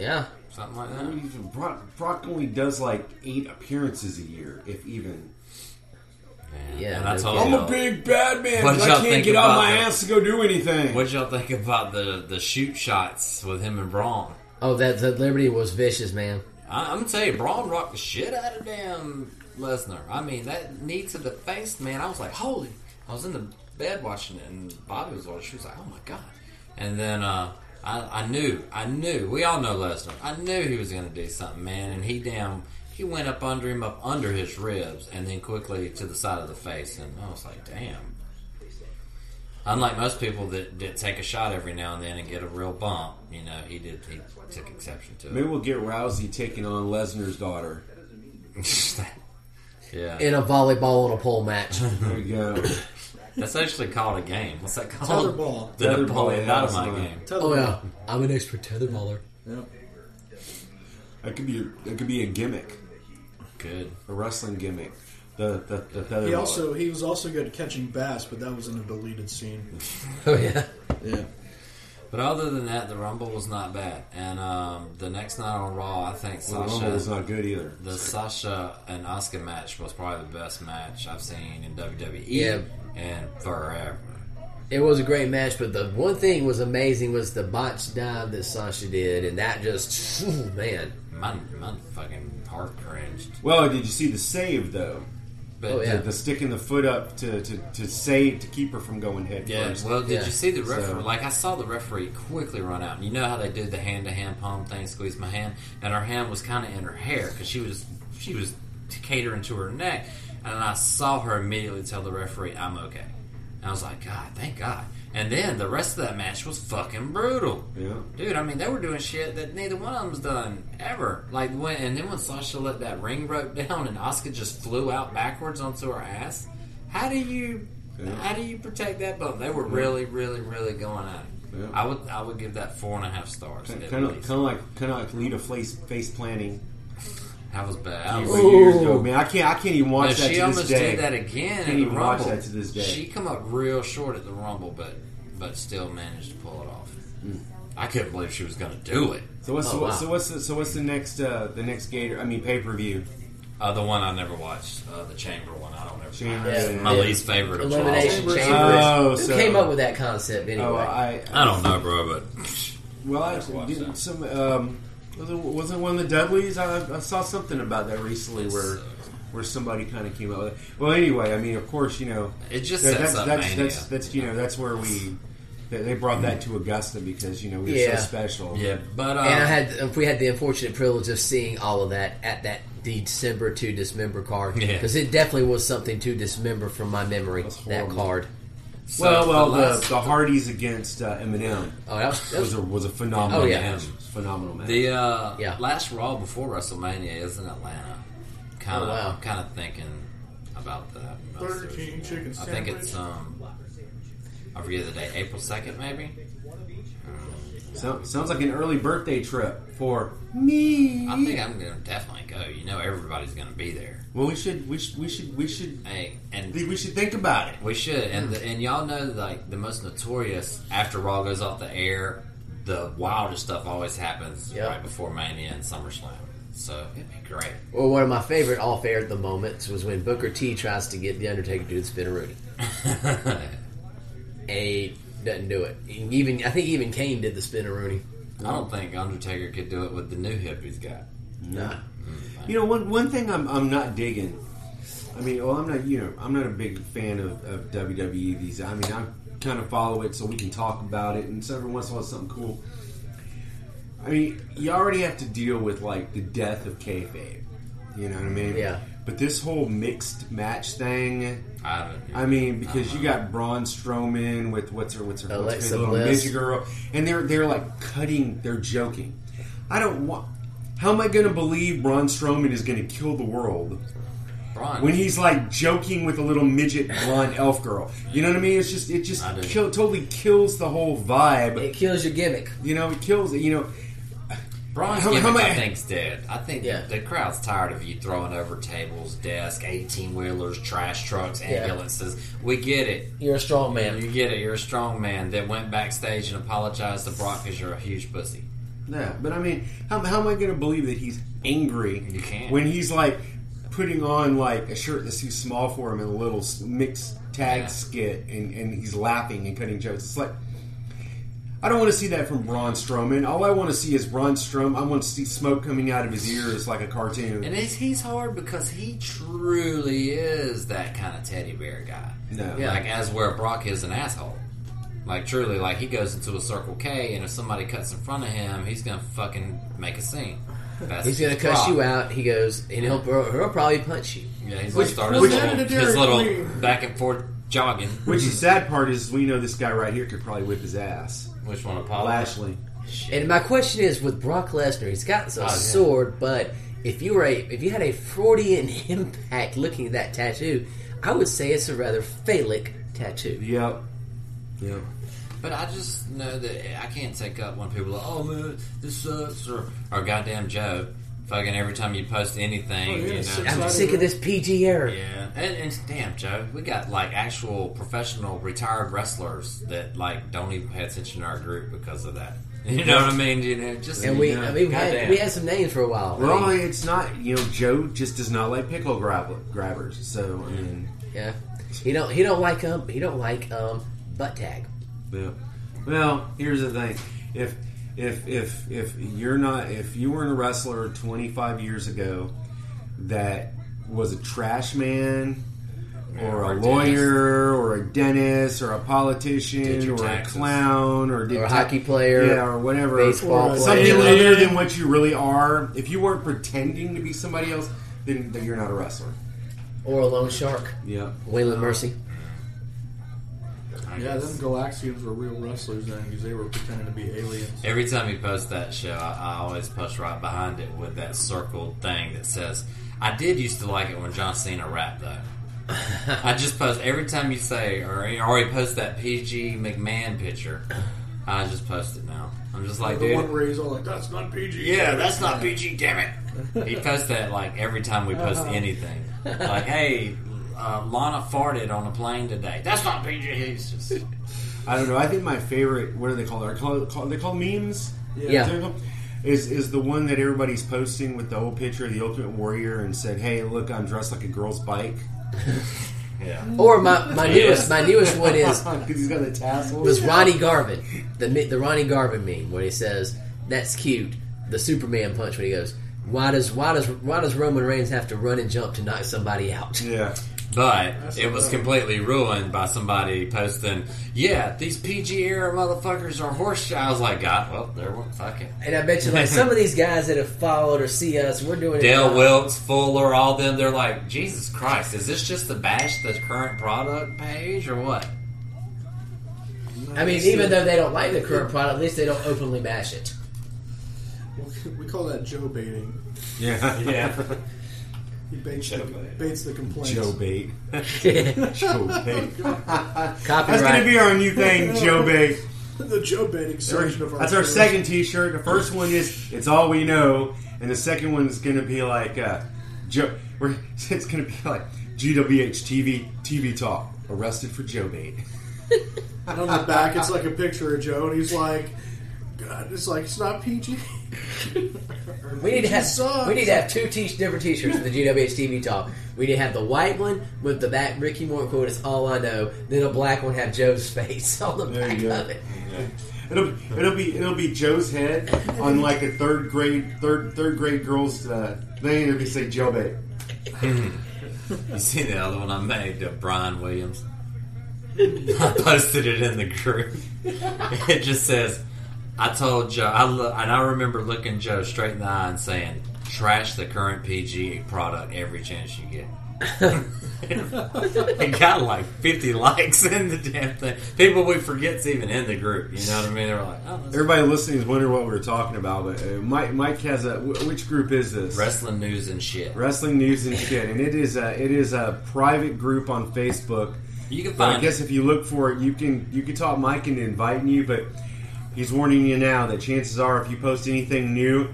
S8: Yeah.
S6: something like that.
S7: Even Brock, Brock only does like eight appearances a year, if even.
S8: Yeah,
S6: and I
S8: no
S6: told
S8: kidding.
S7: I'm
S6: you.
S7: a big bad man.
S6: What
S7: but
S6: y'all
S7: I
S6: think
S7: can't get out
S6: about
S7: my
S6: that?
S7: ass to go do anything.
S6: What y'all think about the the shoot shots with him and Braun?
S8: Oh, that, that Liberty was vicious, man.
S6: I, I'm gonna tell you, Braun rocked the shit out of damn Lesnar. I mean, that knee to the face, man. I was like, holy! I was in the bed watching it, and Bobby was watching. She was like, oh my god! And then uh, I, I knew, I knew. We all know Lesnar. I knew he was gonna do something, man. And he damn He went up under him, up under his ribs, and then quickly to the side of the face. And I was like, damn. Unlike most people that, that take a shot every now and then and get a real bump, you know, he did. He took exception to it.
S7: Maybe we'll get Rousey taking on Lesnar's daughter.
S6: yeah.
S8: in a volleyball on a pole match.
S7: There you go.
S6: That's actually called a game. What's that called?
S5: Tetherball.
S6: The Napoleon
S7: Tetherball, yeah, that's
S6: Dynamite
S7: the one.
S6: game.
S8: oh yeah, I'm an expert tetherballer.
S7: That could be that could be a gimmick,
S6: Good.
S7: a wrestling gimmick. The the, the feather
S5: He
S7: ball.
S5: also he was also good at catching bass, but that was in a deleted scene.
S8: Oh yeah.
S5: Yeah.
S6: But other than that, the Rumble was not bad. And um, the next night on Raw, I think
S7: the Rumble
S6: Sasha
S7: was not good either.
S6: the Sasha and Oscar match was probably the best match I've seen in WWE
S8: Yeah.
S6: and forever.
S8: It was a great match, but the one thing was amazing was the botched dive that Sasha did, and that just phew, man.
S6: My, my fucking heart cringed.
S7: Well, did you see the save though?
S6: But
S8: Oh, yeah.
S7: The, the sticking the foot up to, to, to save to keep her from going head
S6: Yeah,
S7: first.
S6: well, did
S8: Yeah.
S6: you see the referee?
S7: So-
S6: Like, I saw the referee quickly run out. You know how they did the hand-to-hand palm thing, squeeze my hand, and her hand was kind of in her hair because she was she was catering to her neck, and I saw her immediately tell the referee, "I'm okay." And I was like, "God, thank God." And then the rest of that match was fucking brutal.
S7: Yeah.
S6: Dude, I mean, they were doing shit that neither one of them's done ever. Like when, and then when Sasha let that ring rope down and Oscar just flew out backwards onto her ass. How do you,
S7: Yeah.
S6: how do you protect that bump? They were really, really, really going at it.
S7: Yeah.
S6: I would, I would give that four and a half stars. at
S7: kind of
S6: least.
S7: kind of like kind of like Lita face face planning.
S6: That was bad. I was-
S7: Years ago, man, I can't I can't even watch
S6: No,
S7: that
S6: she
S7: to
S6: almost
S7: this day.
S6: did that again
S7: Can't
S6: at the
S7: even watch
S6: Rumble.
S7: that to this day.
S6: She come up real short at the Rumble, but but still managed to pull it off.
S7: Mm.
S6: I couldn't believe she was going to do it.
S7: So what's
S8: Oh,
S7: the,
S8: wow.
S7: so what's the, so what's the next uh, the next Gator? I mean pay per view.
S6: Uh, the one I never watched, uh, the Chamber one. I don't ever.
S7: Chamber,
S6: It's
S7: yeah.
S6: my
S8: Yeah.
S6: least favorite of
S8: Elimination
S6: Chambers.
S8: chambers.
S7: Oh,
S8: Who
S7: so-
S8: came up with that concept anyway?
S7: Oh, I,
S6: I don't know, bro, but
S7: well I
S6: watched
S7: didn't
S6: that.
S7: some um was it, was it one of the Dudleys? I, I saw something about that recently where where somebody kind of came up with it. Well, anyway, I mean of course you know
S6: it just
S7: that-
S6: sets
S7: that's,
S6: up
S7: that's,
S6: mania.
S7: that's that's you know that's where we that they brought that to Augusta because you know we were
S8: Yeah.
S7: so special.
S6: yeah, but uh,
S8: and I had we had the unfortunate privilege of seeing all of that at that December to dismember card
S6: Yeah.
S8: because it definitely was something to dismember from my memory. That
S7: horrible.
S8: card.
S6: so
S7: Well, well,
S6: the,
S7: the,
S6: last-
S7: the Hardys against uh, Eminem
S8: Oh, that was, that
S7: was
S8: was
S7: a, was a phenomenal
S8: Oh, yeah.
S7: match. Phenomenal match.
S6: the uh,
S8: Yeah.
S6: last Raw before WrestleMania is in Atlanta. Kind of,
S8: Oh, wow.
S6: kind of thinking about that.
S5: Burger King chicken
S6: I think
S5: sandwich.
S6: it's um, I forget the day, April second, maybe.
S7: So, sounds like an early birthday trip for me.
S6: I think I'm gonna definitely go. You know, everybody's gonna be there.
S7: well, we should we should we should we should
S6: Hey, and
S7: we should think about it.
S6: We should,
S7: Hmm.
S6: and the, and y'all know like the most notorious after Raw goes off the air, the wildest stuff always happens
S8: Yep.
S6: right before Mania and SummerSlam. So it'd be great.
S8: well, one of my favorite off air at the moments was when Booker T tries to get the Undertaker to do the Spinneroonie. and he doesn't do it. Even I think even Kane did the Spinneroonie.
S6: I don't think Undertaker could do it with the new hip he's got.
S7: Nah. You know one one thing I'm I'm not digging. I mean, well, I'm not you know I'm not a big fan of, of WWE these. I mean, I kind of follow it so we can talk about it, and so every once in a while something cool. I mean, you already have to deal with like the death of kayfabe. You know what I mean?
S8: Yeah.
S7: But this whole mixed match thing,
S6: I haven't.
S7: I mean, because you got Braun Strowman with what's her what's her what's her
S8: Alexa
S7: little
S8: Bliss.
S7: midget girl, and they're they're like cutting, they're joking. I don't want. How am I going to believe Braun Strowman is going to kill the world
S6: Braun.
S7: when he's like joking with a little midget blonde elf girl? You know what I mean? It's just it just
S6: I do.
S7: kill, totally kills the whole vibe.
S8: It kills your gimmick.
S7: You know, it kills. You know,
S6: Braun's
S7: How- how
S6: gimmick, I
S7: many-
S6: think's dead. I think
S8: Yeah.
S6: the, the crowd's tired of you throwing over tables, desk, eighteen wheelers, trash trucks,
S8: Yeah.
S6: ambulances. We get it.
S8: You're a strong man.
S6: You get it. You're a strong man that went backstage and apologized to Brock because you're a huge pussy.
S7: Yeah, but I mean, how, how am I going to believe that he's angry
S6: You can't.
S7: when he's like putting on like a shirt that's too small for him and a little s- mixed tag
S6: Yeah.
S7: skit and, and he's laughing and cutting jokes? It's like I don't want to see that from Braun Strowman. All I want to see is Braun Strowman. I want to see smoke coming out of his ears like a cartoon.
S6: And he's, he's hard because he truly is that kind of teddy bear guy.
S7: No.
S6: Like, as where Brock is an asshole. Like, truly, like, he goes into a Circle K, and if somebody cuts in front of him, he's going to fucking make a scene. That's
S8: He's gonna
S6: his
S8: cuss
S6: prop.
S8: you out. He goes, and he'll he'll probably punch you.
S6: Yeah, he's
S7: Which-
S6: gonna start
S7: which-
S6: his little,
S7: which-
S6: his little back and forth jogging.
S7: Which the sad part is, we know this guy right here could probably whip his ass.
S6: Which one, Apollo?
S7: Lashley.
S8: And my question is, with Brock Lesnar, he's got a
S6: Oh, yeah.
S8: sword, but if you were a if you had a Freudian impact looking at that tattoo, I would say it's a rather phallic tattoo.
S7: Yep. Yep.
S6: But I just know that I can't take up when people are, oh man, this sucks, or, or goddamn Joe. Fucking every time you post anything,
S5: Oh, yeah,
S6: you know.
S5: so-
S8: I'm sick of this PG era.
S6: yeah, and, and damn Joe, we got like actual professional retired wrestlers that like don't even pay attention to our group because of that. You know what I mean? You know, just
S8: And we, I mean, we had
S6: Goddamn.
S8: we had some names for a while.
S7: Well,
S8: I
S7: I
S8: mean,
S7: mean, it's not you know Joe just does not like pickle grab- grabbers. So I mean,
S8: yeah. He don't he don't like um he don't like um butt tag.
S7: yeah. Well, here's the thing: if if if if you're not if you weren't a wrestler 25 years ago that was a trash man or
S6: or
S7: a
S6: a
S7: lawyer or a dentist or a
S6: Did
S7: politician
S6: your
S7: or
S6: taxes.
S7: a clown or, did
S8: Or a
S7: ta-
S8: hockey player,
S7: yeah, or whatever,
S8: baseball
S7: or
S8: player.
S7: something other than what you really are. If you weren't pretending to be somebody else, then, then you're not a wrestler.
S8: Or a lone shark.
S7: Yeah.
S8: Waylon Mercy.
S5: Yeah, them Galaxians were real wrestlers then because they were pretending to be aliens.
S6: Every time you post that show, I, I always post right behind it with that circled thing that says, "I did used to like it when John Cena rapped though." I just post every time you say or or you post that PG McMahon picture. I just post it now. I'm just like,
S5: the one
S6: dude,
S5: where he's all like, "That's not PG."
S6: yeah, that's not PG, damn it. He posts that like every time we post anything. Like, hey, uh, Lana farted on a plane today. That's not PG. He's just
S7: I don't know. I think my favorite. What are they called? Are called, called they called memes?
S8: Yeah.
S7: Is, that what they're called? is is the one that everybody's posting with the whole picture of the Ultimate Warrior and said, "Hey, look, I'm dressed like a girl's bike."
S6: yeah.
S8: Or my, my newest my newest one is
S7: because he's got the tassels.
S8: was Ronnie Garvin, the mi- the Ronnie Garvin meme, where he says, "That's cute." The Superman punch when he goes, "Why does why does why does Roman Reigns have to run and jump to knock somebody out?"
S7: Yeah.
S6: But it was completely ruined by somebody posting, "Yeah, these PG era motherfuckers are horse shit." I was like, "God, well, there went fucking
S8: And I bet you, like some of these guys that have followed or see us, we're doing
S6: Dale
S8: it. now.
S6: Wilkes, Fuller, all them." They're like, "Jesus Christ, is this just to bash the current product page or what?"
S8: I mean, even though they don't like the current product, at least they don't openly bash it.
S5: we call that Joe baiting.
S7: Yeah.
S6: Yeah,
S5: He baits, the,
S7: bait.
S5: baits the complaints.
S7: Joe bait. Joe bait. That's going to
S8: Copyright.
S7: be our new thing, Joe bait.
S5: the Joe baiting section of our.
S7: That's our
S5: show.
S7: second T-shirt. The first one is "It's all we know," and the second one is going to be like uh, Joe. We're, it's going to be like GWH TV TV talk. Arrested for Joe bait.
S5: And on the back, it's like a picture of Joe, and he's like, "God, it's like it's not PG."
S8: We need to have
S5: sucks.
S8: we need to have two t- different T-shirts for the GWH TV talk. We need to have the white one with the back Ricky Morton quote "It's all I know," then a black one have Joe's face on the
S7: There
S8: back
S7: you go.
S8: of it.
S7: It'll it'll be it'll be Joe's head on like a third grade third third grade girls uh, thing. It'll be say Joe bait.
S6: you see the other one I made, uh, Brian Williams. I posted it in the group. It just says, "I told Joe," I lo- and I remember looking Joe straight in the eye and saying, "Trash the current PG product every chance you get." it got like 50 likes in the damn thing. People we forget's even in the group. You know what I mean? They're like, "Oh, that's
S7: Everybody listening is wondering what we were talking about, but uh, Mike Mike has a wh- which group is this?
S6: wrestling news and shit."
S7: Wrestling news and shit, and it is a it is a private group on Facebook.
S6: You can
S7: But
S6: find.
S7: I guess if you look for it, you can you can talk Mike into inviting you, but he's warning you now that chances are if you post anything new,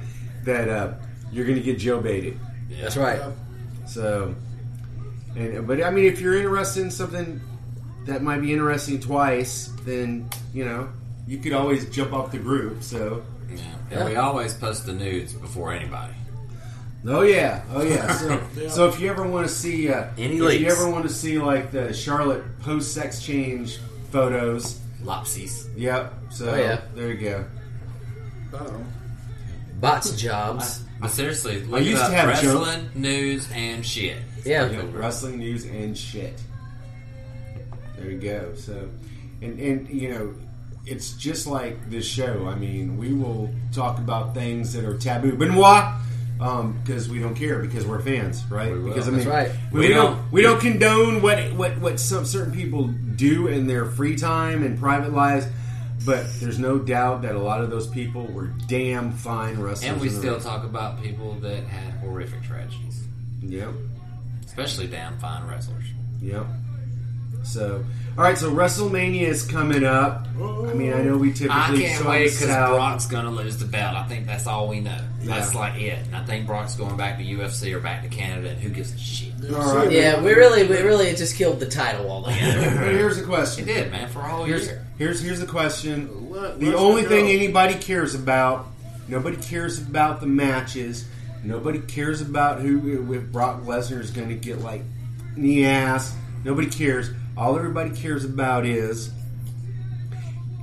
S7: that uh, you're going to get Joe baited.
S6: Yeah.
S8: That's right.
S7: So, and but I mean, if you're interested in something that might be interesting twice, then you know you could always jump off the group. So,
S6: Yeah. And we always post the nudes before anybody.
S7: oh yeah, oh yeah. So, so if you ever want to see uh,
S6: Any
S7: if you
S6: leaks?
S7: ever want to see like the Charlotte post sex change photos,
S6: Lopsies.
S7: yep. So
S8: Oh, yeah.
S7: there you go.
S5: Oh,
S8: Bots jobs.
S6: But seriously, look
S7: used
S6: up
S7: to have jokes.
S6: wrestling news and shit.
S8: Yeah.
S7: Yeah, wrestling news and shit. There you go. So, and and you know, it's just like this show. I mean, we will talk about things that are taboo. Benoit, because we don't care because we're fans, right? because
S8: That's right.
S7: we,
S8: We
S7: don't,
S8: will.
S7: we don't condone what what what some certain people do in their free time and private lives. But there's no doubt that a lot of those people were damn fine wrestlers,
S6: And we
S7: in the
S6: still
S7: ring.
S6: talk about people that had horrific tragedies,
S7: Yep,
S6: especially damn fine wrestlers.
S7: yep. So, all right. So WrestleMania is coming up. I mean, I know we typically
S6: I can't
S7: sort
S6: wait
S7: this
S6: because
S7: out.
S6: Brock's going to lose the belt. I think that's all we know. That's like it. And I think Brock's going back to UFC or back to Canada. And who gives a shit?
S7: All right.
S8: Yeah, we really, we really just killed the title altogether.
S7: But here's the question.
S6: It did, man. For a whole
S7: Here's
S6: year.
S7: here's here's the question.
S5: Let-
S7: the
S5: let's
S7: only
S5: go.
S7: thing anybody cares about, nobody cares about the matches. Nobody cares about who if Brock Lesnar is going to get like in the ass. Nobody cares. All everybody cares about is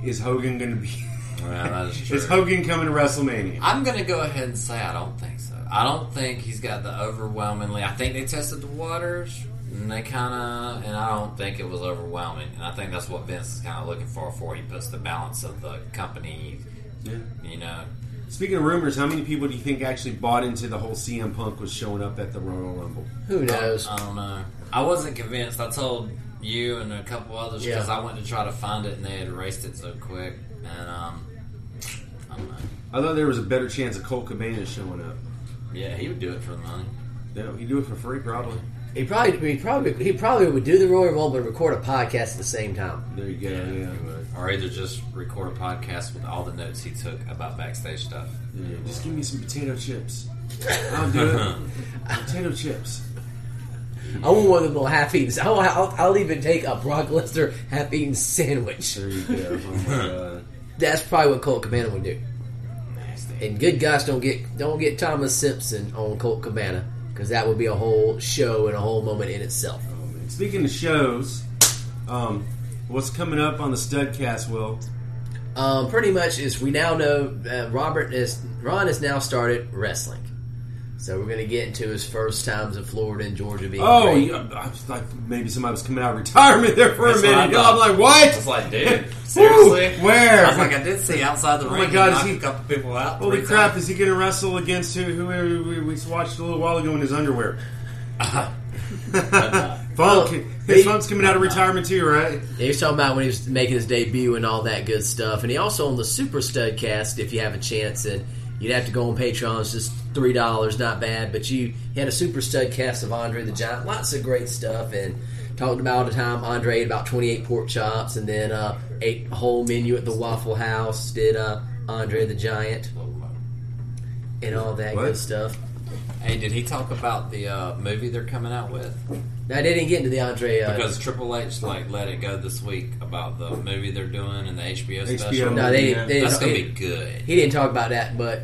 S7: is Hogan going to be
S6: Well, that is true.
S7: is Hogan coming to WrestleMania?
S6: I'm going to go ahead and say I don't think so. I don't think he's got the overwhelmingly. I think they tested the waters and they kind of, and I don't think it was overwhelming. And I think that's what Vince is kind of looking for. For he puts the balance of the company, you know.
S7: Speaking of rumors, how many people do you think actually bought into the whole CM Punk was showing up at the Royal Rumble?
S8: Who knows?
S6: I don't know. I wasn't convinced. I told you and a couple others because
S8: Yeah.
S6: I went to try to find it and they had erased it so quick. And um, I don't know.
S7: I thought there was a better chance of Colt Cabana showing up.
S6: Yeah, he would do it for the money.
S7: No, he'd do it for free probably.
S8: He probably, he probably, he probably would do the Royal Rumble and record a podcast at the same time.
S7: There you go. yeah.
S6: he would. Or either just record a podcast with all the notes he took about backstage stuff.
S7: Yeah, just give me some potato chips. I'll do it. potato chips.
S8: I want one of them little half-eaten. I'll, I'll, I'll even take a Brock Lesnar half-eaten sandwich.
S7: There you go. Oh
S8: That's probably what Colt Cabana would do.
S6: Nasty.
S8: And good gosh, don't get don't get Thomas Simpson on Colt Cabana because that would be a whole show and a whole moment in itself.
S7: my god. Speaking of shows, um, what's coming up on the Studcast? Will
S8: Um, pretty much is we now know uh, Robert is Ron has now started wrestling, so we're going to get into his first times in Florida and Georgia being.
S7: oh,
S8: great.
S7: you, I, I was like maybe somebody was coming out of retirement there for
S6: That's
S7: a
S6: what I
S7: minute.
S6: thought.
S7: I'm like,
S6: I was
S7: what?
S6: like, dude,
S7: Woo,
S6: seriously?
S7: where? Oh
S6: I was like, I did see outside the ring.
S7: my God,
S6: he
S7: is
S6: knocked
S7: he-
S6: a couple people out.
S7: Holy
S6: three
S7: crap!
S6: times.
S7: Is he going to wrestle against who? Who who- we, we watched a little while ago in his underwear? Funk.
S8: they-
S7: His funk's coming out of retirement too, right?
S8: He was talking about when he was making his debut and all that good stuff. And he also on the Super Studcast, if you have a chance, and you'd have to go on Patreon. It's just three dollars, not bad. But you he had a Super Studcast of Andre the Giant, lots of great stuff, and talked about all the time Andre ate about twenty eight pork chops, and then uh, ate a whole menu at the Waffle House. Did uh, Andre the Giant and all that
S7: What?
S8: good stuff.
S6: Hey, did he talk about the uh, movie they're coming out with?
S8: Now they didn't get into the Andre. Uh,
S6: Because Triple H like let it go this week about the movie they're doing and the HBO,
S7: HBO.
S6: special.
S8: no, they,
S7: Yeah.
S8: they
S6: That's gonna
S8: they-
S6: be good.
S8: he didn't talk about that, but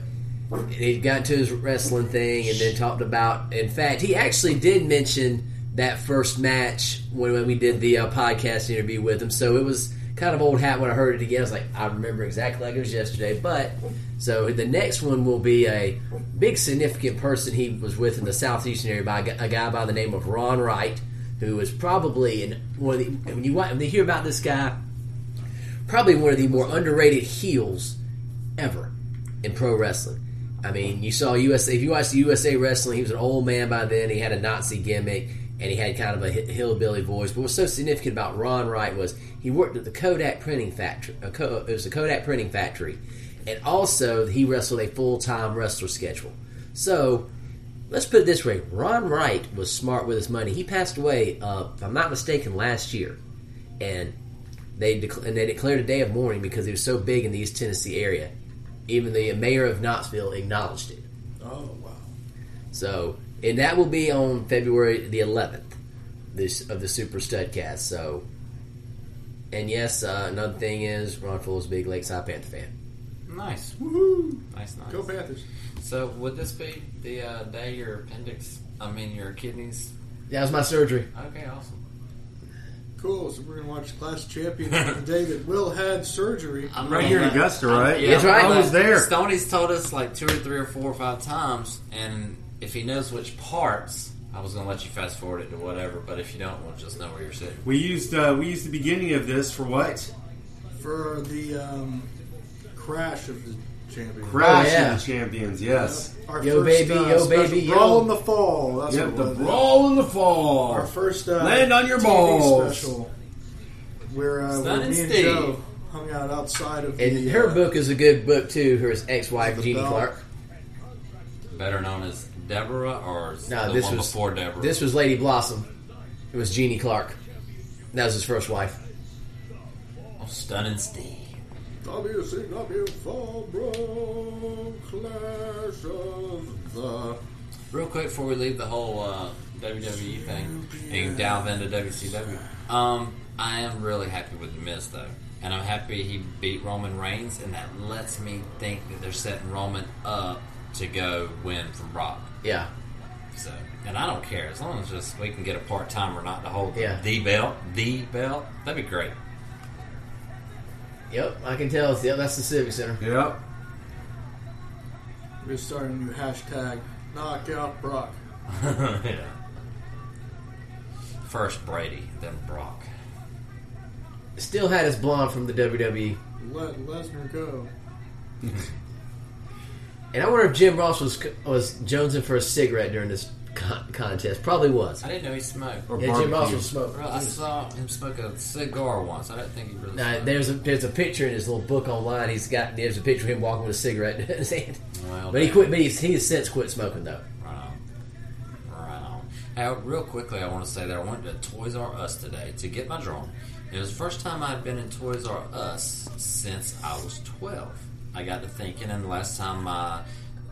S8: he got to his wrestling thing and then talked about. In fact, he actually did mention that first match when, when we did the uh, podcast interview with him. So it was kind of old hat when I heard it again. I was like, I remember exactly like it was yesterday. But so the next one will be a big significant person he was with in the southeastern area by a gu- a guy by the name of Ron Wright, who is probably in one of the when you wa- when you hear about this guy probably one of the more underrated heels ever in pro wrestling. I mean, you saw USA. If you watched the USA wrestling, he was an old man by then. He had a Nazi gimmick and he had kind of a hi- hillbilly voice. But what's so significant about Ron Wright was he worked at the Kodak printing factory. uh, Co- It was a Kodak printing factory, and also he wrestled a full time wrestler schedule. So let's put it this way: Ron Wright was smart with his money. He passed away, uh, if I'm not mistaken, last year, and they dec- and they declared a day of mourning because he was so big in the East Tennessee area. Even the mayor of Knoxville acknowledged it.
S5: Oh wow.
S8: So, and that will be on February the 11th this of the Super Studcast. So, and yes, uh, another thing is Ron Fool's a big Lakeside Panther fan.
S6: Nice, nice, nice.
S5: Go Panthers.
S6: So would this be the uh, day your appendix? I mean your kidneys.
S8: That was my surgery.
S6: Okay, awesome.
S5: Cool. So we're gonna watch Class Champion on the day that Will had surgery. Uh,
S6: I'm
S7: Right here in
S6: gonna-
S7: Augusta, right?
S6: Yeah,
S8: That's right.
S6: I'm
S8: I was
S6: gonna-
S7: there.
S6: Stoney's told us like two or three or four or five times, and if he knows which parts, I was gonna let you fast forward it to whatever. But if you don't, we'll just know where you're sitting.
S7: We used uh, we used the beginning of this for what?
S5: for the um, crash of the champion.
S7: Crash
S8: Oh, yeah.
S7: of the Champions, yes.
S5: Our uh,
S8: Yo, baby, yo,
S5: special
S8: baby, yo.
S5: Brawl in the Fall. That's
S7: Yep,
S5: what it
S7: the
S5: was.
S7: brawl in the fall.
S5: Our first uh,
S7: Land on your
S5: TV
S7: balls.
S5: special, where, uh,
S6: Stunning
S5: where me and
S6: Steve.
S5: Joe hung out outside of
S8: And
S5: the,
S8: her
S5: uh,
S8: book is a good book too. Her ex-wife
S5: The
S8: Jeannie
S5: Bell.
S8: Clark.
S6: Better known as Deborah or
S8: No,
S6: the
S8: this
S6: one
S8: was
S6: before Deborah.
S8: This was Lady Blossom. It was Jeannie Clark. That was his first wife.
S6: oh, stunning Steve.
S5: WCW Fall Brawl Clash of the.
S6: Real quick before we leave the whole uh, WWE thing and delve into WCW, um, I am really happy with The Miz though, and I'm happy he beat Roman Reigns, and that lets me think that they're setting Roman up to go win from Brock.
S8: Yeah,
S6: So, and I don't care as long as just we can get a part time or not to hold
S8: Yeah.
S6: the belt, the belt. That'd be great.
S8: yep. I can tell. Yep, that's the Civic Center.
S7: Yep.
S5: We're starting a new hashtag, Knockout Brock.
S6: yeah. First Brady, then Brock.
S8: Still had his blonde from the E WWE.
S5: Let Lesnar go.
S8: And I wonder if Jim Ross was was jonesing for a cigarette during this con- contest. Probably was.
S6: I didn't know he smoked.
S7: Or
S8: Yeah, Jim Ross
S7: barbecue.
S8: was smoking.
S6: Bro, I saw him smoke a cigar once. I don't think he really.
S8: Now,
S6: smoked.
S8: there's a there's a picture in his little book online. He's got there's a picture of him walking with a cigarette in his hand.
S6: Well,
S8: but he quit. But he's, he has since quit smoking though.
S6: Right on. Right on. Now, real quickly, I want to say that I went to Toys R Us today to get my drone. It was the first time I've been in Toys R Us since I was 12. I got to thinking, and the last time my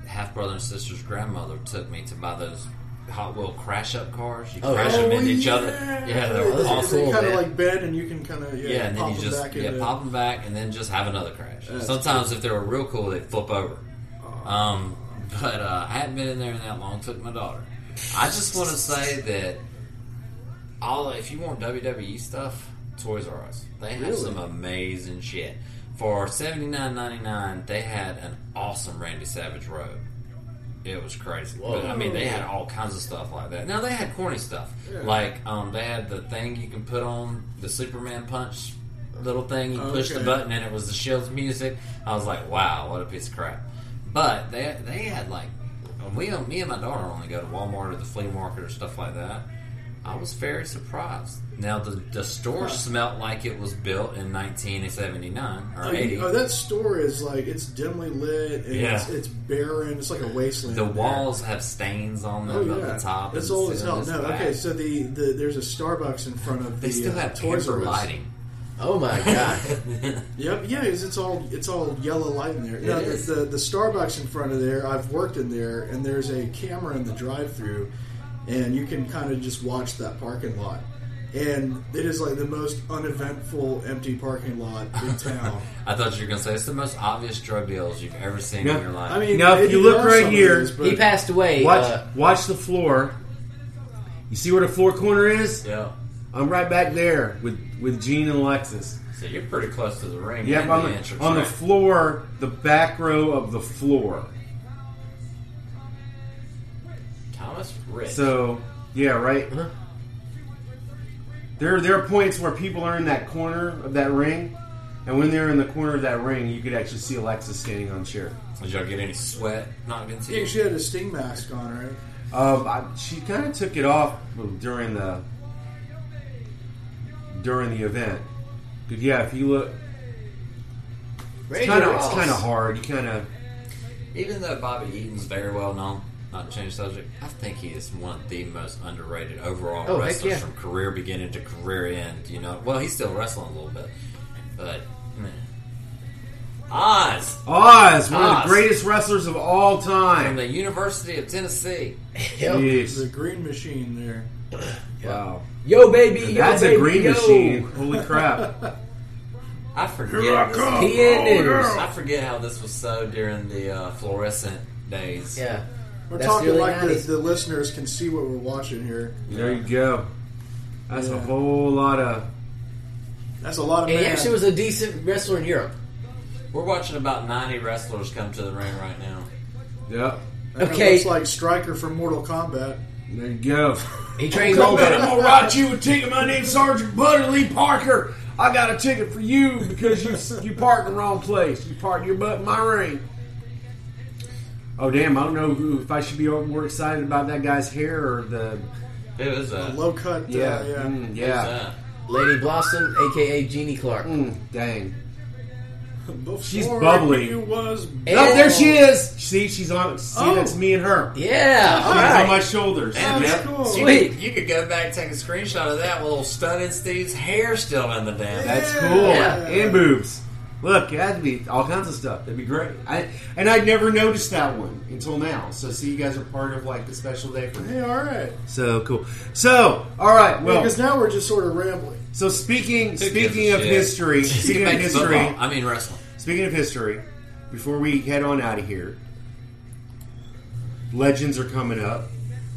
S6: half brother and sister's grandmother took me to buy those Hot Wheel crash up cars. You
S8: Oh,
S6: crash
S8: yeah.
S6: them into
S5: Oh,
S6: each other.
S5: yeah.
S6: Yeah, they
S8: Those
S6: were
S8: are
S6: awesome.
S8: cool,
S5: kind
S8: man.
S5: of like bend, and you can kind of yeah,
S6: Yeah, and then
S5: pop
S6: you
S5: them
S6: just
S5: back
S6: yeah
S5: into-
S6: pop them back, and then just have another crash. Sometimes if they were real cool, they'd flip over.
S5: Uh-huh.
S6: Um, but uh, I hadn't been in there in that long. Took my daughter. I just want to say that all if you want WWE stuff, Toys R Us. They have some amazing shit. For seventy nine ninety nine, they had an awesome Randy Savage robe. It was crazy. But, I mean, they had all kinds of stuff like that. Now they had corny stuff, like um, they had the thing you can put on the Superman punch little thing. You push the
S5: Okay.
S6: button and it was the Shield's music. I was like, wow, what a piece of crap. But they they had like we me and my daughter only go to Walmart or the flea market or stuff like that. I was very surprised. Now the the store smelt like it was built in 1979 or
S5: Oh,
S6: 80.
S5: you- oh, that store is like it's dimly lit. And
S6: Yeah.
S5: it's, it's barren. It's like a wasteland.
S6: The
S5: in there.
S6: walls have stains on them
S5: Oh,
S6: at
S5: yeah.
S6: the top.
S5: It's
S6: and
S5: old as hell.
S6: this
S5: No,
S6: and that.
S5: okay. So the, the there's a Starbucks in front of
S6: they
S5: the
S6: still
S5: uh,
S6: have
S5: Toys
S6: paper
S5: R Us.
S6: lighting.
S8: Oh my god!
S5: Yep, yeah, 'cause it's all it's all yellow light in there. No, the,
S6: is.
S5: the the Starbucks in front of there. I've worked in there, and there's a camera in the drive-through, and you can kind of just watch that parking lot. And it is like the most uneventful empty parking lot in town.
S6: I thought you were going to say it's the most obvious drug deals you've ever seen
S7: Yeah.
S6: in your life.
S5: I mean,
S7: Now, if
S5: maybe
S7: you look
S5: there are
S7: right
S5: some of
S7: here,
S5: those, but
S8: he passed away.
S7: Watch,
S8: uh,
S7: watch the floor. You see where the floor corner is?
S6: yeah.
S7: I'm right back there with with Gene and Alexis.
S6: So you're pretty close to the ring.
S7: Yep,
S6: and
S7: on
S6: the
S7: the,
S6: entrance
S7: on the
S6: ramp.
S7: floor, the back row of the floor.
S6: Thomas Rich.
S7: So yeah, right.
S8: Uh-huh.
S7: There there are points where people are in that corner of that ring, and when they're in the corner of that ring, you could actually see Alexis standing on a chair.
S6: Did y'all get any sweat knocked into
S5: I think
S6: you?
S5: she had a sting mask on, right?
S7: Um, I, she kind of took it off during the during the event. But yeah, if you look, it's
S8: Randy
S7: kind of it's
S8: Ross.
S7: kind of hard. You kind of
S6: Even though Bobby Eaton's very well known, not to change subject, I think he is one of the most underrated overall
S8: Oh, heck
S6: wrestlers
S8: yeah.
S6: from career beginning to career end. You know, well, he's still wrestling a little bit, but man. Oz
S7: Oz, one of
S6: Oz.
S7: the greatest wrestlers of all
S6: from
S7: time.
S6: the University of Tennessee.
S8: Yep.
S7: Jeez.
S5: The green machine there.
S7: Wow,
S8: Yo, baby, yo,
S7: that's a
S8: baby,
S7: green
S8: yo.
S7: machine. Holy crap!
S6: I forget. this-
S8: He in news.
S6: I forget how this was so during the uh, fluorescent days.
S8: Yeah.
S5: We're
S8: That's
S5: talking
S8: really
S5: like the,
S8: nice.
S5: the listeners can see what we're watching here.
S7: There you go. That's a
S5: Yeah.
S7: whole lot of
S5: That's a lot of
S8: And he
S5: man.
S8: actually was a decent wrestler in Europe.
S6: We're watching about 90 wrestlers come to the ring right now.
S7: yep.
S5: That guy
S8: Okay.
S5: looks like Striker from Mortal Kombat.
S7: There you go.
S8: He trained
S7: Come in,
S8: over.
S7: I'm gonna write you a ticket. My name's Sergeant Butterly Parker. I got a ticket for you because you you parked in the wrong place. You parked your butt in my ring. Oh damn! I don't know who, if I should be more excited about that guy's hair or the.
S6: It was a
S5: low cut.
S7: Yeah,
S5: uh, yeah.
S7: mm, yeah.
S8: Lady Blossom, aka Jeannie Clark.
S7: Mm, dang.
S5: Before
S7: She's bubbly.
S5: you was
S7: Oh, there she is. See, she's on. See,
S5: Oh.
S7: that's me and her.
S8: Yeah, all
S7: She's on my
S8: right.
S7: shoulders.
S6: And
S5: That's
S6: that-
S5: cool.
S6: you,
S8: Sweet.
S6: Could, you could go back and take a screenshot of that with little stunning Steve's hair still in the damn.
S7: That's cool.
S8: Yeah.
S7: And boobs. Look, that'd be all kinds of stuff. That'd be great. I and I'd never noticed that one until now. So see, you guys are part of like the special day for me.
S5: Hey, all right.
S7: So cool. So all right. Well,
S5: because now we're just sort of rambling.
S7: so speaking
S6: gives
S7: speaking
S6: a
S7: of
S6: shit?
S7: history,
S6: Get
S7: speaking of
S6: back to
S7: history,
S6: football. I mean wrestling.
S7: speaking of history, before we head on out of here, legends are coming up.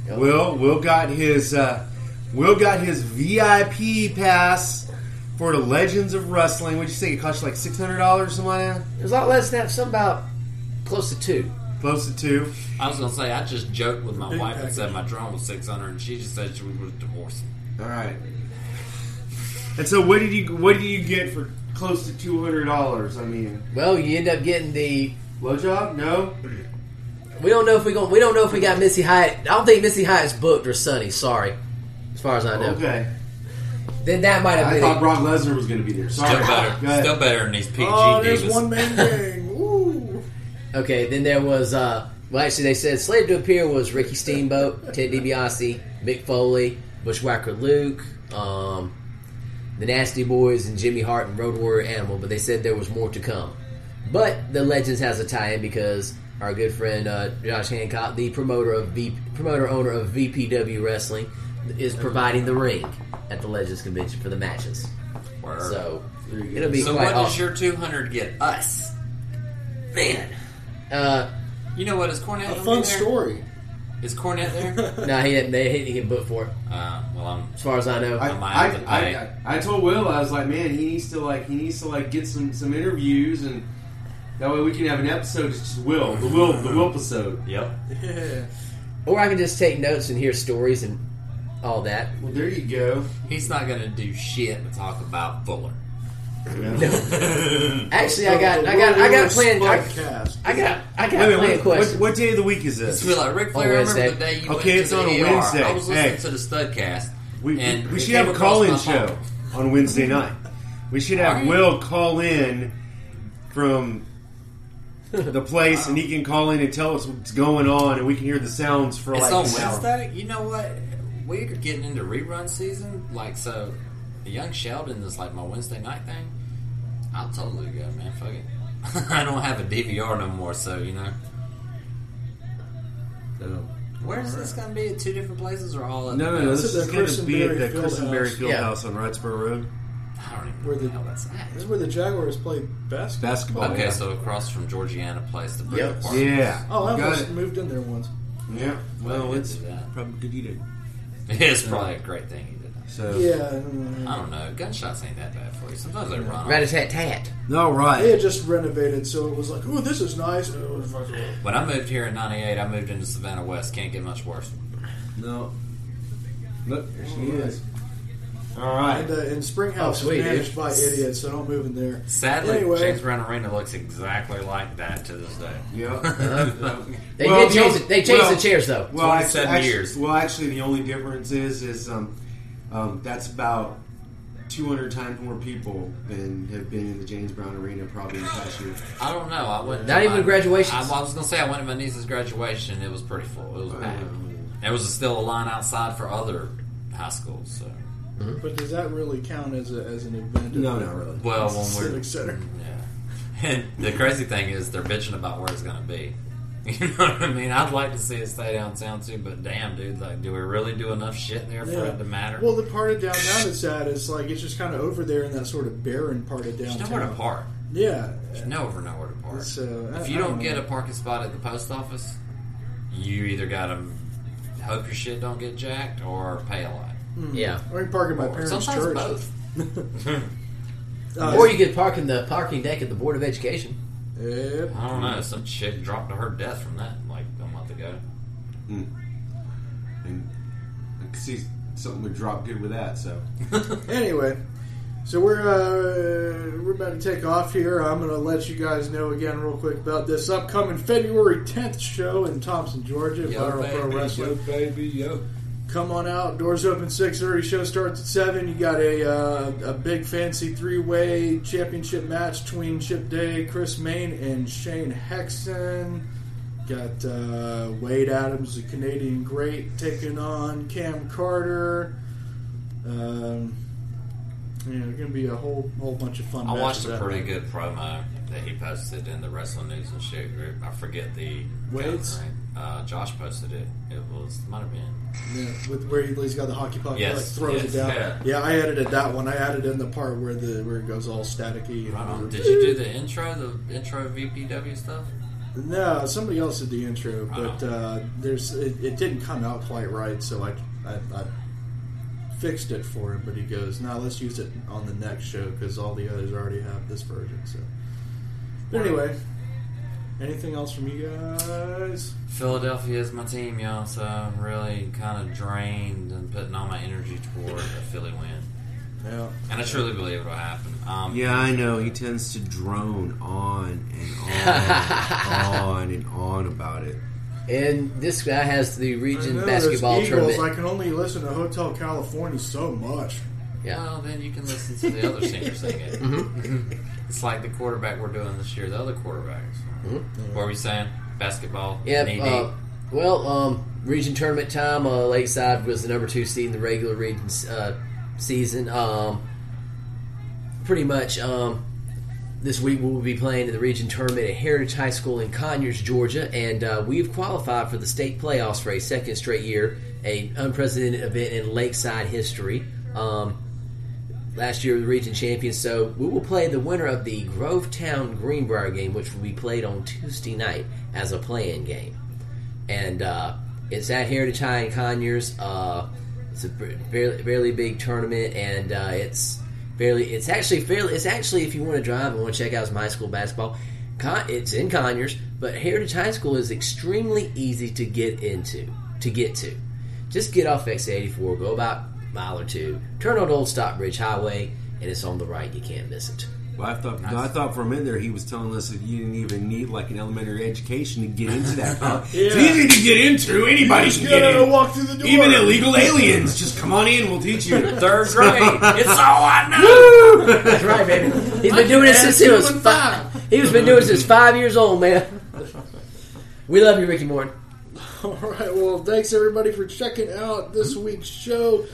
S7: Will Will got his uh, Will got his VIP pass for the Legends of Wrestling. What'd you say? It cost you like six hundred dollars, something like that.
S8: It was a lot less than that. Some about close to two.
S7: Close to two.
S6: I was gonna say I just joked with my wife and said my drum was six hundred, and she just said she was divorcing.
S7: All right. And so, what did you what did you get for close to two hundred dollars? I mean,
S8: Well, you end up getting the.
S7: blowjob? No.
S8: We don't know if we going We don't know if we got Missy Hyatt. I don't think Missy Hyatt's booked or Sunny. Sorry, as far as I know.
S7: Okay.
S8: Then that might have
S7: I
S8: been.
S7: thought
S8: it.
S7: Brock Lesnar was going to be there. Sorry.
S6: Still better,
S7: Go ahead.
S6: still better than these PG
S5: Oh, there's
S6: divas.
S5: one man gang. Ooh.
S8: Okay, then there was. uh Well, actually, they said slated to appear was Ricky Steamboat, Ted DiBiase, Mick Foley, Bushwhacker Luke, um, the Nasty Boys, and Jimmy Hart and Road Warrior Animal. But they said there was more to come. But the Legends has a tie-in because our good friend uh, Josh Hancock, the promoter of v- promoter owner of VPW Wrestling, is providing the ring at the Legends convention for the matches.
S6: Word. So,
S8: So oh. it'll be
S6: what
S8: quite
S6: does
S8: awesome.
S6: your two hundred get us?
S2: Man.
S8: uh,
S6: You know what? Is Cornette
S5: A
S6: gonna
S5: fun
S6: be there?
S5: story.
S6: Is Cornette there?
S8: no, he didn't. They didn't get booked for it.
S6: uh, well, I'm.
S8: As far as I know,
S7: I,
S6: I might
S7: I,
S6: have to
S7: I,
S6: pay.
S7: I, I told Will I was like, man, he needs to like he needs to like get some some interviews and that way we can have an episode that's just Will the Will the Will episode.
S6: Yep.
S8: or I can just take notes and hear stories and all that.
S7: Well, there you go.
S6: He's not gonna do shit but talk about Fuller.
S8: Actually, I got, I got, I got planned. I,
S5: Oh, Podcast.
S8: I got, I
S7: Wait, wait,
S8: got planned
S7: what, what,
S8: questions.
S7: what day of the week is
S6: It's
S7: this?
S6: be like Rick Flair.
S8: Wednesday.
S6: Remember the day you went
S7: Okay,
S6: to
S7: it's
S6: the
S7: on a
S6: ER.
S7: Wednesday.
S6: I was listening
S7: Hey.
S6: to the Studcast.
S7: We,
S6: and
S7: we
S6: it
S7: should
S6: came
S7: have a
S6: across
S7: call in
S6: my phone.
S7: show on Wednesday night. We should have
S6: Alright.
S7: Will call in from the place, and he can call in and tell us what's going on, and we can hear the sounds for
S6: It's
S7: like
S6: on
S7: an hour.
S6: Wednesday. You know what? We're getting into rerun season. Like so, the Young Sheldon is like my Wednesday night thing. I'll totally go, man. Fuck it. I don't have a DVR no more, so you know.
S7: So-
S6: Where is this going to be? At two different places or all? At
S7: No, no, no. This
S5: This is
S7: is
S5: the
S7: going to be at
S5: Christenberry
S7: the Christenberry
S5: Fieldhouse.
S7: Fieldhouse on Wrightsboro Road.
S6: I don't even know
S5: Where
S6: where
S5: the-
S6: the hell that's at.
S5: This is where the Jaguars played basketball.
S7: Basketball.
S6: Okay, so across from Georgiana Place, the
S8: Yep.
S6: yep.
S7: Yeah.
S5: Oh, I
S7: Got
S5: almost
S7: it.
S5: moved in there once.
S7: Yeah. Well,
S6: Yeah,
S7: it's
S6: do that.
S7: probably good eating.
S6: It's probably a great thing he did. that.
S7: So.
S5: Yeah. mm.
S6: I don't know. Gunshots ain't that bad for you. Sometimes they run.
S8: Rat a
S6: Off.
S8: tat tat.
S7: All
S5: They
S7: right.
S5: had just renovated, so it was like, ooh, this is nice. And it was like,
S6: When I moved here in '98, I moved into Savannah West. Can't get much worse.
S7: No. Look, there she
S5: Alright.
S7: is. All right.
S5: And, uh, and Springhouse
S8: Oh, sweet,
S5: is managed
S8: dude.
S5: by idiots, so don't move in there.
S6: Sadly,
S5: Anyway.
S6: James Brown Arena looks exactly like that to this day.
S7: Yeah.
S8: They
S7: Well,
S8: did change
S7: the-
S8: it. They changed
S7: well-
S8: the chairs though.
S7: Well, actually,
S6: 27
S7: actually-
S6: years.
S7: well, actually, the only difference is is um, um, that's about 200 times more people than have been in the James Brown Arena probably in the past year.
S6: I don't know. I went.
S8: Not
S6: to
S8: even
S6: my-
S8: graduations?
S6: I, I was gonna say I went to my niece's graduation. It was pretty full. It was packed. There was still a line outside for other high schools. So,
S5: But does that really count as, a, as an event?
S7: No, not really.
S6: well, when we're
S5: Civic Center.
S6: yeah. And the crazy thing is, they're bitching about where it's gonna be. You know what I mean? I'd like to see it stay downtown too, but damn, dude, like, do we really do enough shit there for
S5: Yeah.
S6: it to matter?
S5: Well, the part of downtown that's sad is like it's just kind of over there in that sort of barren part of
S6: There's
S5: downtown.
S6: nowhere to park.
S5: Yeah,
S6: No, we're nowhere to park.
S5: So, uh, I-
S6: if you
S5: I
S6: don't,
S5: don't
S6: get
S5: know.
S6: a parking spot at the post office, you either gotta hope your shit don't get jacked or pay a lot.
S5: Hmm.
S8: Yeah.
S5: I mean, park in my
S6: Or
S5: parents'
S6: sometimes
S5: church.
S6: both.
S5: Uh,
S8: Or you could park in the parking deck at the Board of Education.
S5: yep.
S6: I don't know. Some chick dropped to her death from that like a month ago.
S7: Hmm. And I could see something would drop good with that. So
S5: Anyway, So we're uh, we're about to take off here. I'm going to let you guys know again real quick about this upcoming February 10th show in Thompson, Georgia,
S9: Yo,
S5: Viral Pro
S9: baby, yo,
S5: Wrestling.
S9: baby, yo.
S5: Come on out. Doors open six thirty. Show starts at seven. You got a uh, a big fancy three way championship match between Chip Day, Chris Main, and Shane Hexon. Got uh, Wade Adams, the Canadian Great, taking on Cam Carter. Um, yeah, it's gonna be a whole whole bunch of fun.
S6: I watched
S5: matches
S6: a
S5: that
S6: pretty
S5: night.
S6: good promo that he posted in the Wrestling News and Shit group. I forget the
S5: Wade's?
S6: guy's name. Uh, Josh posted it. It was might have been.
S5: Yeah, with where he's got the hockey puck,
S6: Yes,
S5: like throws
S6: yes,
S5: it down.
S6: yeah.
S5: Yeah. I edited that one. I added in the part where the where it goes all staticky.
S6: Right on. Did you do the intro, the intro VPW stuff?
S5: No, somebody else did the intro, but uh, there's it, it didn't come out quite right, so I, I, I fixed it for him. But he goes, "No, let's use it on the next show because all the others already have this version." So, but anyway, anything else from you guys?
S6: Philadelphia is my team, y'all. So I'm really kind of drained and putting all my energy toward a Philly win.
S5: Yeah.
S6: And I truly believe it'll happen. Um,
S7: Yeah, I know. He tends to drone on and on and on and on about it.
S8: And this guy has the
S5: I
S8: region
S5: know there's
S8: basketball
S5: Eagles.
S8: tournament.
S5: I can only listen to Hotel California so much.
S8: yeah.
S6: Well, then you can listen to the other singer sing it.
S8: Mm-hmm.
S6: It's like the quarterback we're doing this year, the other quarterbacks. What were we saying? Basketball, knee
S8: Mm-hmm. Yep.
S6: deep.
S8: Uh, well, um, region tournament time. Uh, Lakeside was the number two seed in the regular region uh, season. Um, pretty much um, this week we will be playing in the region tournament at Heritage High School in Conyers, Georgia, and uh, we've qualified for the state playoffs for a second straight year, a unprecedented event in Lakeside history. Um, last year the region champions, so we will play the winner of the Grovetown Greenbrier game, which will be played on Tuesday night as a play-in game, and uh, it's at Heritage High in Conyers. Uh, it's a b- fairly, fairly big tournament, and uh, it's fairly. It's actually fairly. It's actually if you want to drive and want to check out some high school basketball, Con- it's in Conyers, but Heritage High School is extremely easy to get into. To get to, just get off exit 84, go about a mile or two, turn on Old Stockbridge Highway, and it's on the right. You can't miss it.
S7: Well, I thought I thought for a minute there he was telling us that you didn't even need like an elementary education to get into that. Huh? It's
S5: Yeah.
S7: easy to get into. Anybody
S5: Just
S7: can
S5: get
S7: get
S5: out and
S7: in.
S5: walk through the door.
S7: Even illegal aliens, just come on in. We'll teach you.
S6: Third grade.
S7: Oh,
S6: it's all I know.
S8: That's right, baby. He's been doing it since he was five. He's been doing it since five years old, man. We love you, Ricky Morton.
S5: All right. Well, thanks everybody for checking out this week's show.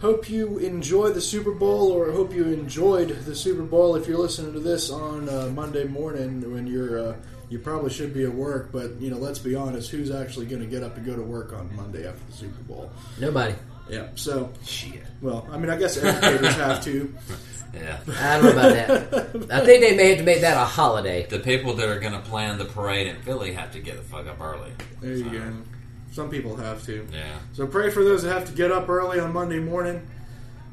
S5: Hope you enjoy the Super Bowl, or hope you enjoyed the Super Bowl. If you're listening to this on uh, Monday morning, when you're uh, you probably should be at work, but you know, let's be honest, who's actually going to get up and go to work on Monday after the Super Bowl?
S8: Nobody.
S5: Yeah. So, well, I mean, I guess educators have to.
S6: Yeah.
S8: I don't know about that. I think they may have to make that a holiday.
S6: The people that are going to plan the parade in Philly have to get the fuck up early.
S5: There you go. Some people have to.
S6: Yeah.
S5: So pray for those that have to get up early on Monday morning.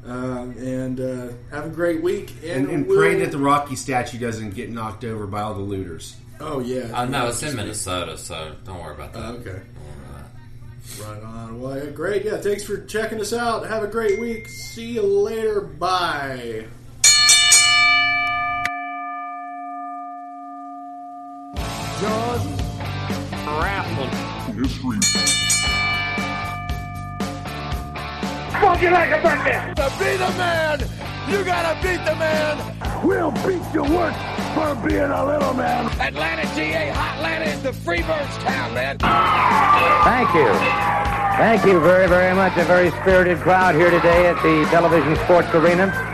S5: Um, and uh, have a great week.
S7: and, and
S5: we'll-
S7: pray that the Rocky statue doesn't get knocked over by all the looters.
S5: Oh yeah.
S6: Uh, no, it's in Minnesota, so don't worry about that.
S5: Uh, okay.
S6: Don't worry about that.
S5: Right on. Well, yeah, great. Yeah, thanks for checking us out. Have a great week. See you later. Bye.
S3: Funky like a Batman.
S1: To be the man, you gotta beat the man.
S3: We'll beat your work for being a little man.
S1: Atlanta, GA, Atlanta is the Freebirds town, man.
S4: Thank you. Thank you very, very much. A very spirited crowd here today at the Television Sports Arena.